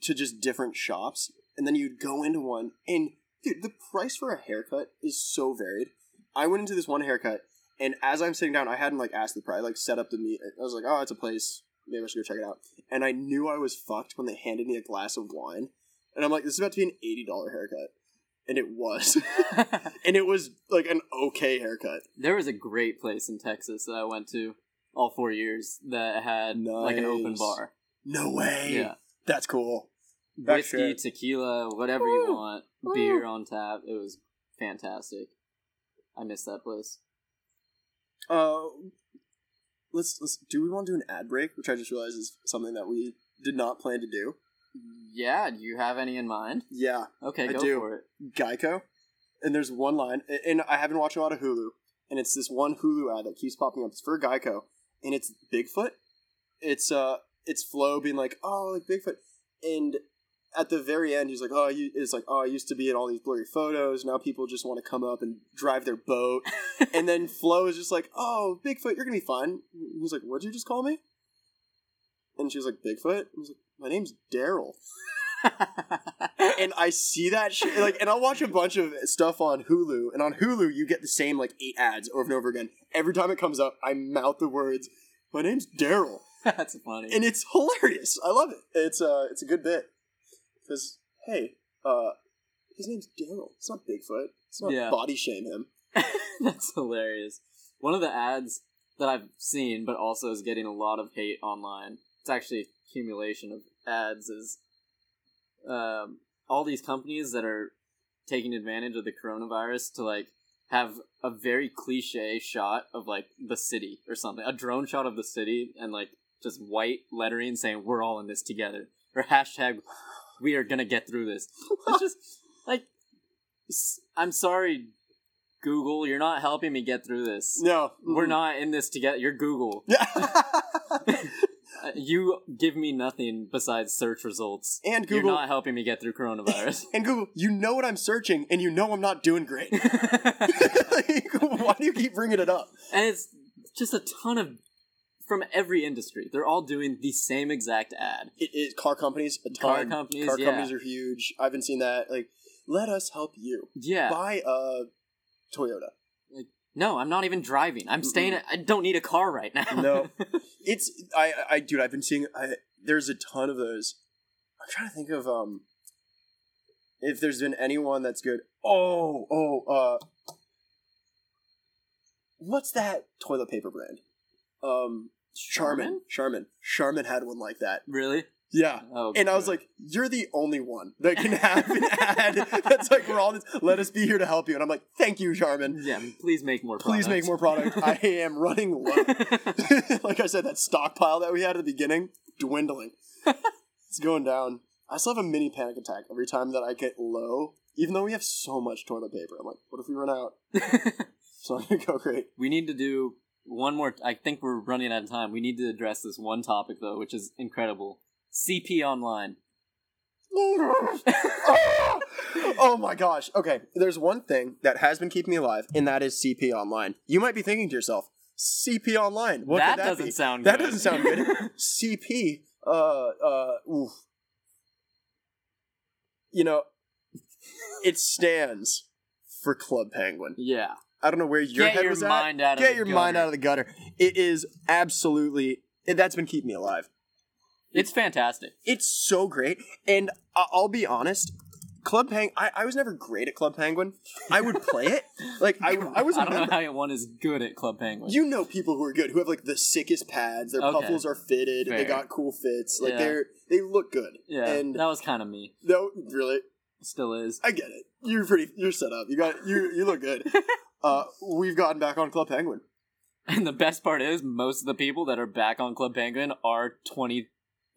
A: to just different shops, and then you'd go into one, and dude, the price for a haircut is so varied. I went into this one haircut, and as I'm sitting down, I hadn't like asked the price, like set up the meet. I was like, oh, it's a place. Maybe I should go check it out. And I knew I was fucked when they handed me a glass of wine, and I'm like, this is about to be an eighty dollar haircut, and it was, and it was like an okay haircut.
B: there was a great place in Texas that I went to all four years that had like an open
A: Nice.
B: bar.
A: No way.
B: Yeah.
A: That's cool. That's
B: Whiskey,
A: shit.
B: tequila, whatever
A: Woo.
B: you want,
A: Woo.
B: beer on tap. It was fantastic. I miss that place.
A: Uh, let's let's do we want to do an ad break, which I just realized is something that we did not plan to do.
B: Yeah, do you have any in mind?
A: Yeah,
B: Okay,
A: I
B: go
A: do.
B: for it.
A: Geico. And there's one line, a- and I haven't watched a lot of Hulu, and it's this one Hulu ad that keeps popping up. It's for Geico, and it's Bigfoot. It's uh, it's Flo being like, "Oh, like Bigfoot," and at the very end, he's like, "Oh, you," it's like, "Oh, I used to be in all these blurry photos. Now people just want to come up and drive their boat." and then Flo is just like, "Oh, Bigfoot, you're gonna be fine." He's like, "What'd you just call me?" And she's like, "Bigfoot." I was like, "My name's Daryl." and I see that shit like and I'll watch a bunch of stuff on Hulu and on Hulu you get the same like eight ads over and over again. Every time it comes up, I mouth the words, My name's Daryl.
B: That's funny.
A: And it's hilarious. I love it. It's uh it's a good bit. Because hey, uh his name's Daryl. It's not Bigfoot. It's not
B: Yeah.
A: body shame him.
B: That's hilarious. One of the ads that I've seen, but also is getting a lot of hate online. It's actually accumulation of ads. Is um, all these companies that are taking advantage of the coronavirus to like have a very cliche shot of like the city or something, a drone shot of the city, and like just white lettering saying "We're all in this together" or hashtag "We are gonna get through this." It's just like s- I'm sorry, Google, you're not helping me get through this.
A: No.
B: We're not in this together. You're Google.
A: Yeah.
B: Uh, You give me nothing besides search results.
A: and
B: You're
A: Google
B: not helping me get through coronavirus.
A: and Google, you know what I'm searching and you know I'm not doing great. like, why do you keep bringing it up?
B: and it's just a ton of from every industry. They're all doing the same exact ad.
A: it, it car companies a
B: Car
A: ton.
B: companies,
A: car
B: yeah.
A: companies are huge. I've been seeing that. Like, let us help you
B: Yeah.
A: buy a Toyota.
B: No, I'm not even driving. I'm staying. I don't need a car right now.
A: No. It's I I dude. I've been seeing. I there's a ton of those. I'm trying to think of um if there's been anyone that's good. Oh oh uh, what's that toilet paper brand? Um, Charmin. Charmin. Charmin had one like that.
B: Really?
A: Yeah.
B: Oh,
A: And I was
B: good.
A: like, "You're the only one that can have an ad that's like we're all this. Let us be here to help you." And I'm like, "Thank you, Charmin.
B: yeah, please make more.
A: Please make more product. I am running low.
B: more.
A: like I said, that stockpile that we had at the beginning dwindling. it's going down. I still have a mini panic attack every time that I get low, even though we have so much toilet paper. I'm like, "What if we run out?" So I'm gonna go great.
B: We need to do one more. I think we're running out of time. We need to address this one topic though, which is incredible. CP online.
A: oh my gosh. Okay, there's one thing that has been keeping me alive, and that is CP Online. You might be thinking to yourself, CP Online. What
B: that,
A: could that
B: doesn't
A: be?
B: sound.
A: That
B: good.
A: doesn't sound good. CP. Uh, uh, oof. You know, it stands for Club Penguin.
B: yeah.
A: I don't know where your
B: Get
A: head
B: your
A: was at
B: mind out of.
A: get
B: the
A: your mind
B: gutter.
A: out of the gutter. It is absolutely it, that's been keeping me alive.
B: It's fantastic.
A: It's so great, and I- I'll be honest. Club Peng, I, I was never great at Club Penguin. I would play it, like I, I was. a
B: I don't know
A: member.
B: how one is good at Club Penguin.
A: You know people who are good, who have like the sickest pads. Their
B: Okay.
A: puffles are fitted. They
B: Fair.
A: got cool fits. Like
B: Yeah.
A: they're they look good.
B: yeah,
A: and
B: that was kind of me.
A: no, really,
B: Still is.
A: I get it. You're pretty. You're set up. You got you. You look good. uh, we've gotten back on Club Penguin.
B: And the best part is, most of the people that are back on Club Penguin are twenty,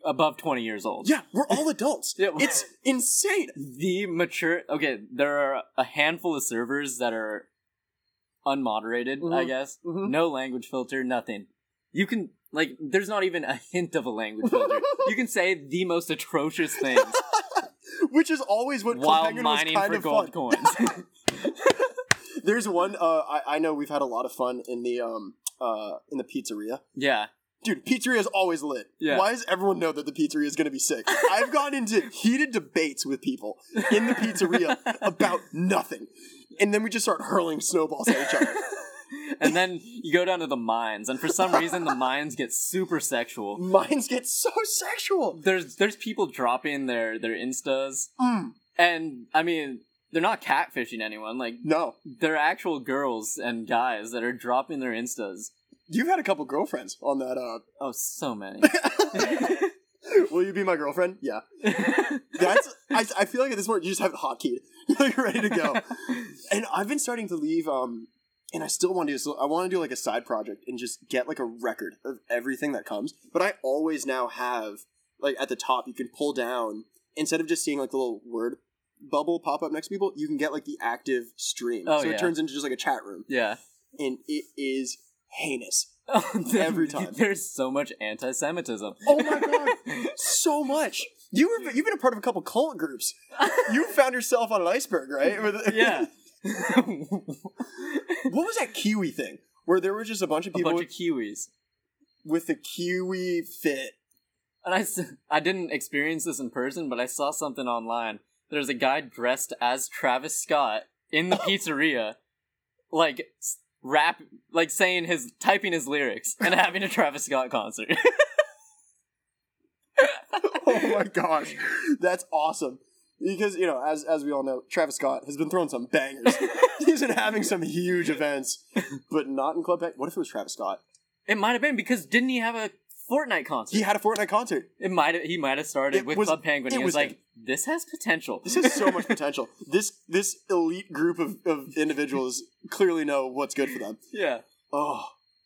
B: above twenty years old.
A: Yeah, we're all adults.
B: Yeah.
A: it's insane.
B: the mature okay there are a handful of servers that are unmoderated i
A: Mhm.
B: guess
A: Mhm.
B: no language filter nothing You can like there's not even a hint of a language builder. you can say the most atrocious things
A: Which is always what
B: while
A: Copenhagen was
B: mining
A: kind
B: for
A: of
B: gold
A: fun.
B: coins.
A: There's one. Uh, I I know we've had a lot of fun in the um uh in the pizzeria.
B: yeah.
A: Dude, pizzeria is always lit.
B: Yeah.
A: Why does everyone know that the pizzeria is going to be sick? I've gotten into heated debates with people in the pizzeria about nothing, and then we just start hurling snowballs at each other.
B: and then you go down to the mines, and for some reason the mines get super sexual.
A: Minds get so sexual.
B: There's there's people dropping their their instas,
A: Mm,
B: and I mean they're not catfishing anyone. Like
A: no,
B: they're actual girls and guys that are dropping their instas.
A: you've had a couple girlfriends on that. Uh,
B: Oh, so many.
A: will you be my girlfriend? Yeah. That's. I, I feel like at this point you just have it hotkeyed. You're like ready to go. And I've been starting to leave. Um, and I still want to do. So I want to do like a side project and just get like a record of everything that comes. But I always now have like at the top you can pull down instead of just seeing like the little word bubble pop up next to people. You can get like the active stream.
B: Oh,
A: so
B: yeah.
A: it turns into just like a chat room,
B: yeah.
A: and it is heinous.
B: Every
A: Every
B: time.
A: time.
B: There's so much anti-Semitism.
A: Oh my god, so much. You were you've been a part of a couple cult groups. You found yourself on an iceberg, right? With-
B: yeah.
A: What was that kiwi thing where there were just a bunch of
B: a
A: people
B: bunch of Kiwis.
A: with the kiwi fit?
B: And I, s- I didn't experience this in person, but I saw something online. There's a guy dressed as Travis Scott in the pizzeria, like s- rap, like saying his, typing his lyrics and having a Travis Scott concert.
A: Oh my gosh, that's awesome. Because you know, as as we all know, Travis Scott has been throwing some bangers. He's been having some huge events, but not in Club Bang. What if it was Travis Scott?
B: it might have been because didn't he have a Fortnite concert?
A: He had a Fortnite concert.
B: It might have, he might have started
A: It
B: with
A: was-
B: Club Penguin. He
A: it
B: was,
A: was
B: like,
A: him.
B: "This has potential."
A: This has so much potential. This this elite group of, of individuals clearly know what's good for them.
B: yeah.
A: Oh,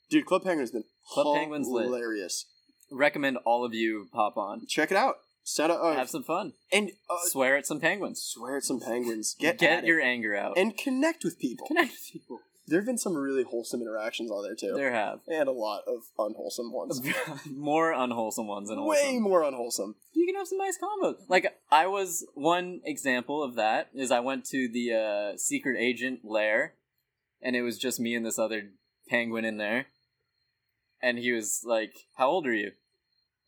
A: dude, Club Penguin's been
B: Club Penguin's lit.
A: hilarious.
B: Recommend all of you pop on,
A: Check it out. Set up uh,
B: have some fun,
A: and uh,
B: swear at some penguins,
A: swear at some penguins. Get
B: get
A: at it.
B: your anger out,
A: and connect with people.
B: connect with people.
A: There have been some really wholesome interactions on there too,
B: There have
A: and a lot of unwholesome ones.
B: more unwholesome ones than wholesome.
A: Way more unwholesome.
B: you can have some nice combos. Like I was one example of that is I went to the uh, secret agent lair, and it was just me and this other penguin in there, and he was like, "How old are you?"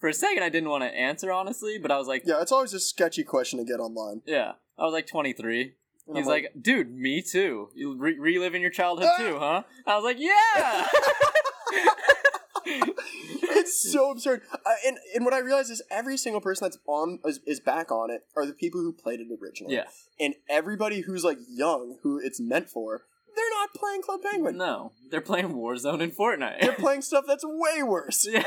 B: For a second, I didn't want to answer honestly, but I was like, "Yeah."
A: Yeah, it's always a sketchy question to get online.
B: I was like twenty three.
A: And
B: He's
A: I'm
B: like, "Dude, me too. You re- reliving your childhood
A: Ah!
B: too, huh?" I was like, "Yeah."
A: it's so absurd. I, and and what I realize is every single person that's on is, is back on it are the people who played it originally.
B: yeah.
A: and everybody who's like young who it's meant for, they're not playing Club Penguin.
B: No, they're playing Warzone and Fortnite.
A: They're playing stuff that's way worse.
B: yeah.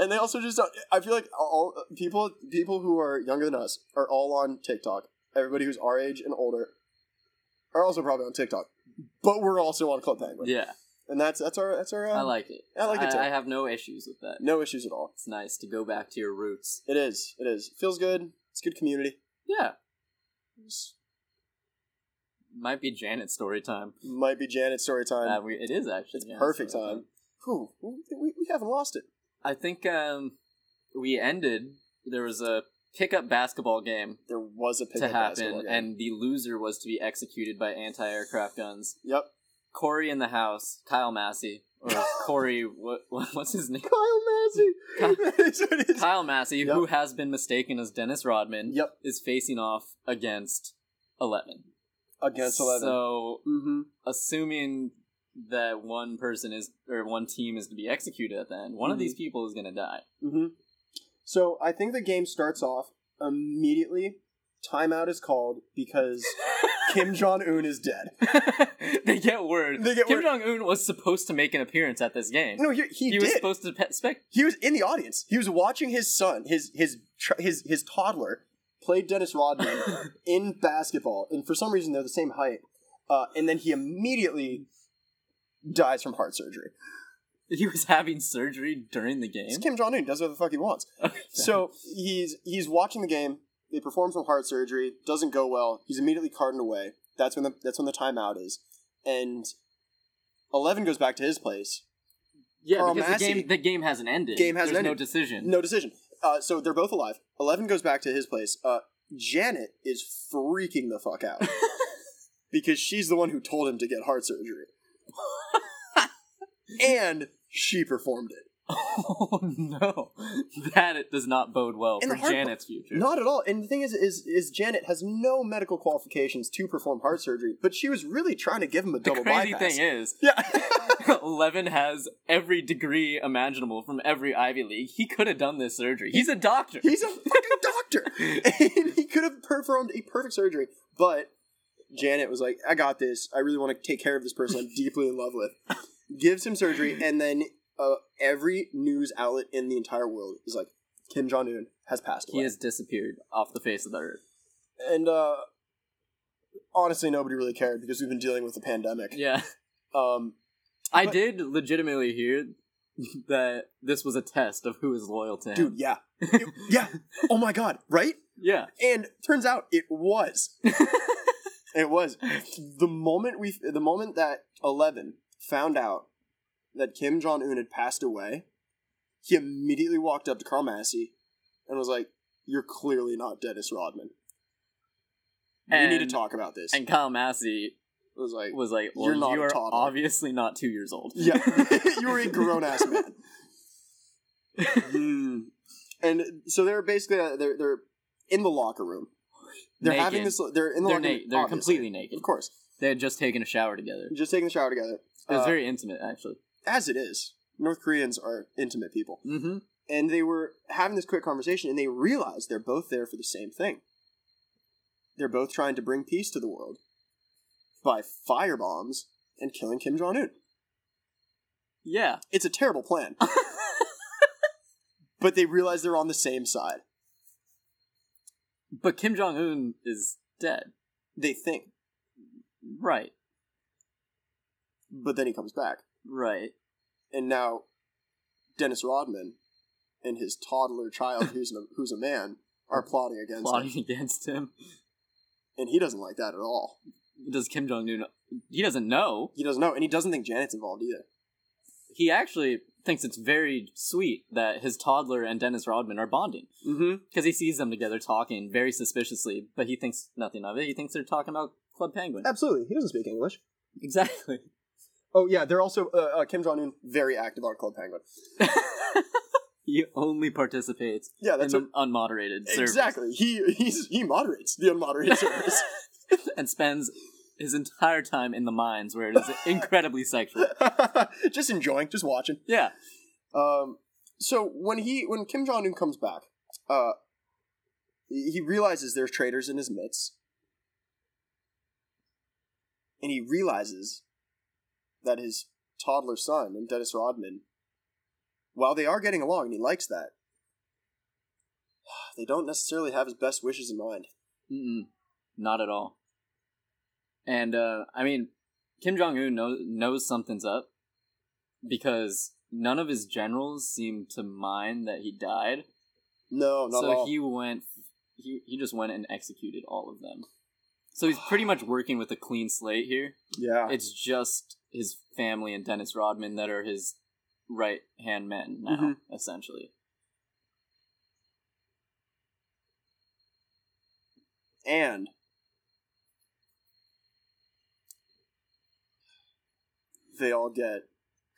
A: and they also just don't, I feel like all people people who are younger than us are all on TikTok. Everybody who's our age and older are also probably on TikTok, but we're also on Club Penguin,
B: Yeah,
A: and that's that's our that's our uh,
B: I like it.
A: I like it too.
B: I, have no issues with that.
A: no issues at all.
B: It's nice to go back to your roots.
A: It is it is feels good. It's good community.
B: Yeah,
A: It's-
B: might be Janet's story time.
A: might be Janet's story time.
B: Uh, we, it is actually.
A: It's
B: Janet's
A: perfect
B: story
A: time. Whew, we, we we haven't lost it.
B: I think um, we ended. There was a pickup basketball game
A: There was a pickup
B: to
A: basketball
B: happen,
A: game.
B: and the loser was to be executed by anti-aircraft guns.
A: yep,
B: Corey in the house, Kyle Massey, or Corey, what, what, what's his name?
A: Kyle Massey. That's what it is.
B: Kyle Massey,
A: Yep.
B: who has been mistaken as Dennis Rodman,
A: Yep,
B: is facing off against Eleven.
A: against eleven.
B: So
A: mm-hmm.
B: assuming that one person is or one team is to be executed at the end, one of
A: Mhm.
B: these people is going to die.
A: Mm-hmm. So I think the game starts off immediately. Timeout is called because Kim Jong Un is dead.
B: they get word.
A: They get
B: Kim
A: word-
B: Jong Un was supposed to make an appearance at this game.
A: No, he, he,
B: he
A: did.
B: was supposed to pe- spec.
A: he was in the audience. He was watching his son, his his tr- his his toddler, play Dennis Rodman in basketball, and for some reason they're the same height. Uh, and then he immediately dies from heart surgery.
B: he was having surgery during the game.
A: It's Kim Jong Un does whatever the fuck he wants. So he's he's watching the game. They perform some heart surgery. Doesn't go well. He's immediately carted away. That's when the that's when the timeout is, and Eleven goes back to his place.
B: Yeah,
A: Carl
B: because
A: Massey.
B: the game the game hasn't ended.
A: Game hasn't
B: There's no
A: ended.
B: decision.
A: No decision. Uh, so they're both alive. Eleven goes back to his place. Uh, Janet is freaking the fuck out because she's the one who told him to get heart surgery, and she performed it.
B: Oh no, that it does not bode well
A: And
B: for
A: the hard
B: Janet's future.
A: Not at all. And the thing is, is, is Janet has no medical qualifications to perform heart surgery, but she was really trying to give him a
B: the
A: double
B: crazy
A: bypass.
B: thing is,
A: yeah.
B: Levin has every degree imaginable from every Ivy League. He could have done this surgery. He's a doctor.
A: He's a fucking doctor. and he could have performed a perfect surgery, but Janet was like, I got this. I really want to take care of this person I'm deeply in love with. Gives him surgery, and then uh, every news outlet in the entire world is like, Kim Jong un has passed
B: He
A: away.
B: has disappeared off the face of the earth.
A: And uh, honestly, nobody really cared because we've been dealing with the pandemic.
B: Yeah.
A: Um,
B: I
A: But-
B: did legitimately hear that this was a test of who is loyal to him.
A: dude, yeah. It- yeah. Oh my God, right?
B: Yeah.
A: And turns out it was. It was the moment we the moment that Eleven found out that Kim Jong Un had passed away, he immediately walked up to Carl Massey and was like, "You're clearly not Dennis Rodman. we need to
B: And-
A: talk about this."
B: And Kyle Massey
A: I was like,
B: was like, well,
A: You're not
B: you
A: a
B: are
A: toddler."
B: obviously not two years old.
A: "Yeah, you were a grown ass man." Hmm. And so they're basically uh, they're they're in the locker room. They're
B: Naked.
A: having this. They're in the
B: They're,
A: locker room.
B: na- they're
A: obviously.
B: completely naked.
A: of course,
B: They had just taken a shower together.
A: just taking the shower together.
B: It was
A: Uh,
B: very intimate, actually.
A: as it is. North Koreans are intimate people.
B: Mm-hmm.
A: and they were having this quick conversation and they realized they're both there for the same thing they're both trying to bring peace to the world by firebombs and killing kim jong-un
B: Yeah.
A: it's a terrible plan but they realize they're on the same side
B: But Kim Jong Un is dead.
A: they think
B: Right.
A: but then he comes back
B: Right.
A: and now dennis rodman and his toddler child who's, a, who's a man are plotting against him
B: Plotting against him.
A: and he doesn't like that at all
B: Does Kim Jong Un? He doesn't know.
A: he doesn't know and he doesn't think janet's involved either
B: He actually thinks it's very sweet that his toddler and Dennis Rodman are bonding
A: mm-hmm
B: because he sees them together talking very suspiciously, but he thinks nothing of it. He thinks they're talking about Club Penguin.
A: absolutely he doesn't speak english
B: Exactly.
A: Oh yeah, they're also uh, uh, Kim Jong Un very active on Club Penguin.
B: he only participates
A: Yeah, that's
B: in
A: what,
B: the unmoderated service
A: exactly. He he's, he moderates the unmoderated service.
B: and spends his entire time in the mines where it is incredibly sexual.
A: just enjoying, just watching.
B: Yeah.
A: Um, so when he when Kim Jong Un comes back, uh, he he realizes there's traitors in his midst, and he realizes that his toddler son and Dennis Rodman, while they are getting along and he likes that, they don't necessarily have his best wishes in mind.
B: Mm-mm, not at all. And uh, I mean, Kim Jong Un knows, knows something's up because none of his generals seem to mind that he died.
A: No, not
B: so
A: at all.
B: he went. He he just went and executed all of them. So he's pretty much working with a clean slate here.
A: yeah,
B: It's just his family and Dennis Rodman that are his right hand men now,
A: Mhm.
B: essentially.
A: and they all get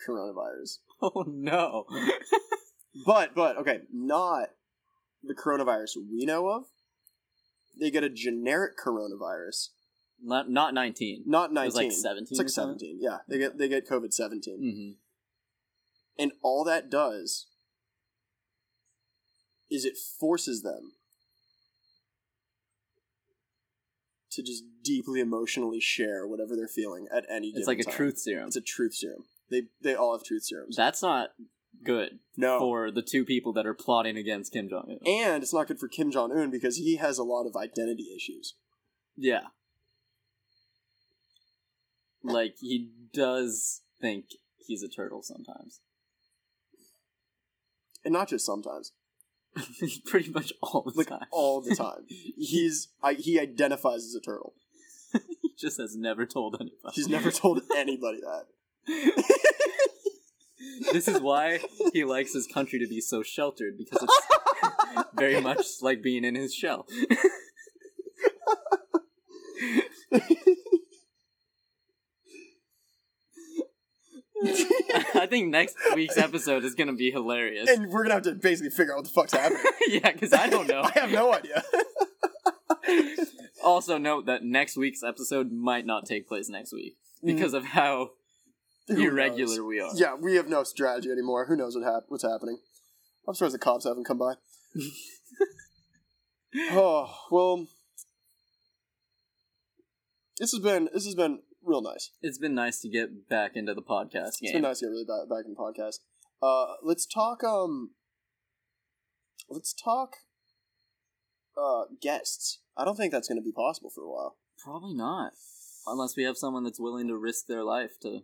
A: coronavirus.
B: Oh no!
A: But but okay, not the coronavirus we know of. They get a generic coronavirus,
B: not not nineteen.
A: not
B: It was
A: nineteen.
B: like seventeen.
A: It's like seventeen. Yeah, they get they get COVID seventeen,
B: Mm-hmm.
A: and all that does is it forces them to just deeply emotionally share whatever they're feeling at any.
B: It's
A: given
B: like a
A: time.
B: truth serum.
A: It's a truth serum. They they all have truth serums.
B: That's not good
A: no.
B: for the two people that are plotting against Kim Jong Un.
A: Oh. and it's not good for Kim Jong Un because he has a lot of identity issues.
B: Yeah, like he does think he's a turtle sometimes,
A: and not just sometimes,
B: pretty much all the
A: like
B: time.
A: all the time. He's I, he identifies as a turtle.
B: he just has never told anybody.
A: He's never told anybody that.
B: This is why he likes his country to be so sheltered because it's very much like being in his shell. I think next week's episode is going to be hilarious.
A: and we're gonna have to basically figure out what the fuck's happening.
B: yeah, because I don't know.
A: I have no idea.
B: also, note that next week's episode might not take place next week because of how
A: Mm. Who knows?
B: irregular we are.
A: Yeah, we have no strategy anymore. Who knows what hap- what's happening? I'm surprised the cops haven't come by. oh well, this has been this has been real nice.
B: It's been nice to get back into the podcast
A: It's been
B: game.
A: nice to get really back, back in the podcast. Uh, let's talk. Um, let's talk. Uh, guests. I don't think that's going to be possible for a while.
B: Probably not, unless we have someone that's willing to risk their life to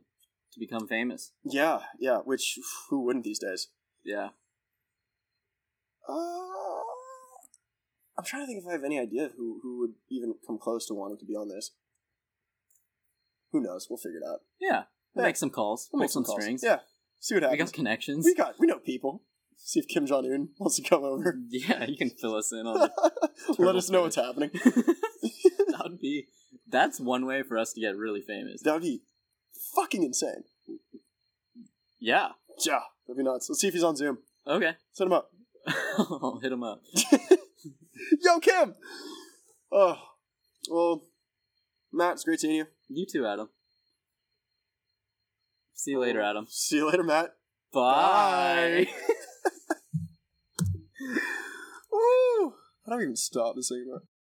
B: to become famous.
A: Yeah, yeah. Which who wouldn't these days?
B: Yeah,
A: Uh, I'm trying to think if I have any idea of who who would even come close to wanting to be on this. Who knows? We'll figure it out.
B: yeah. We'll
A: Yeah.
B: make some calls,
A: We'll
B: pull
A: make
B: some,
A: some calls.
B: strings.
A: Yeah. See what
B: we
A: happens.
B: got connections.
A: We got we know people. See if Kim Jong Un wants to come over.
B: yeah, you can fill us in on.
A: Let us know
B: turtle.
A: what's happening.
B: that would be that's one way for us to get really famous.
A: That would be fucking insane.
B: Yeah.
A: Yeah, that'd be nuts. Let's see if he's on Zoom.
B: Okay.
A: Set him up.
B: I'll hit him up.
A: Yo, Kim. Oh, well, Matt, it's great seeing you.
B: You too, Adam. See you later, Adam.
A: See you later, Matt.
B: Bye.
A: Woo! How do I even stop this segment?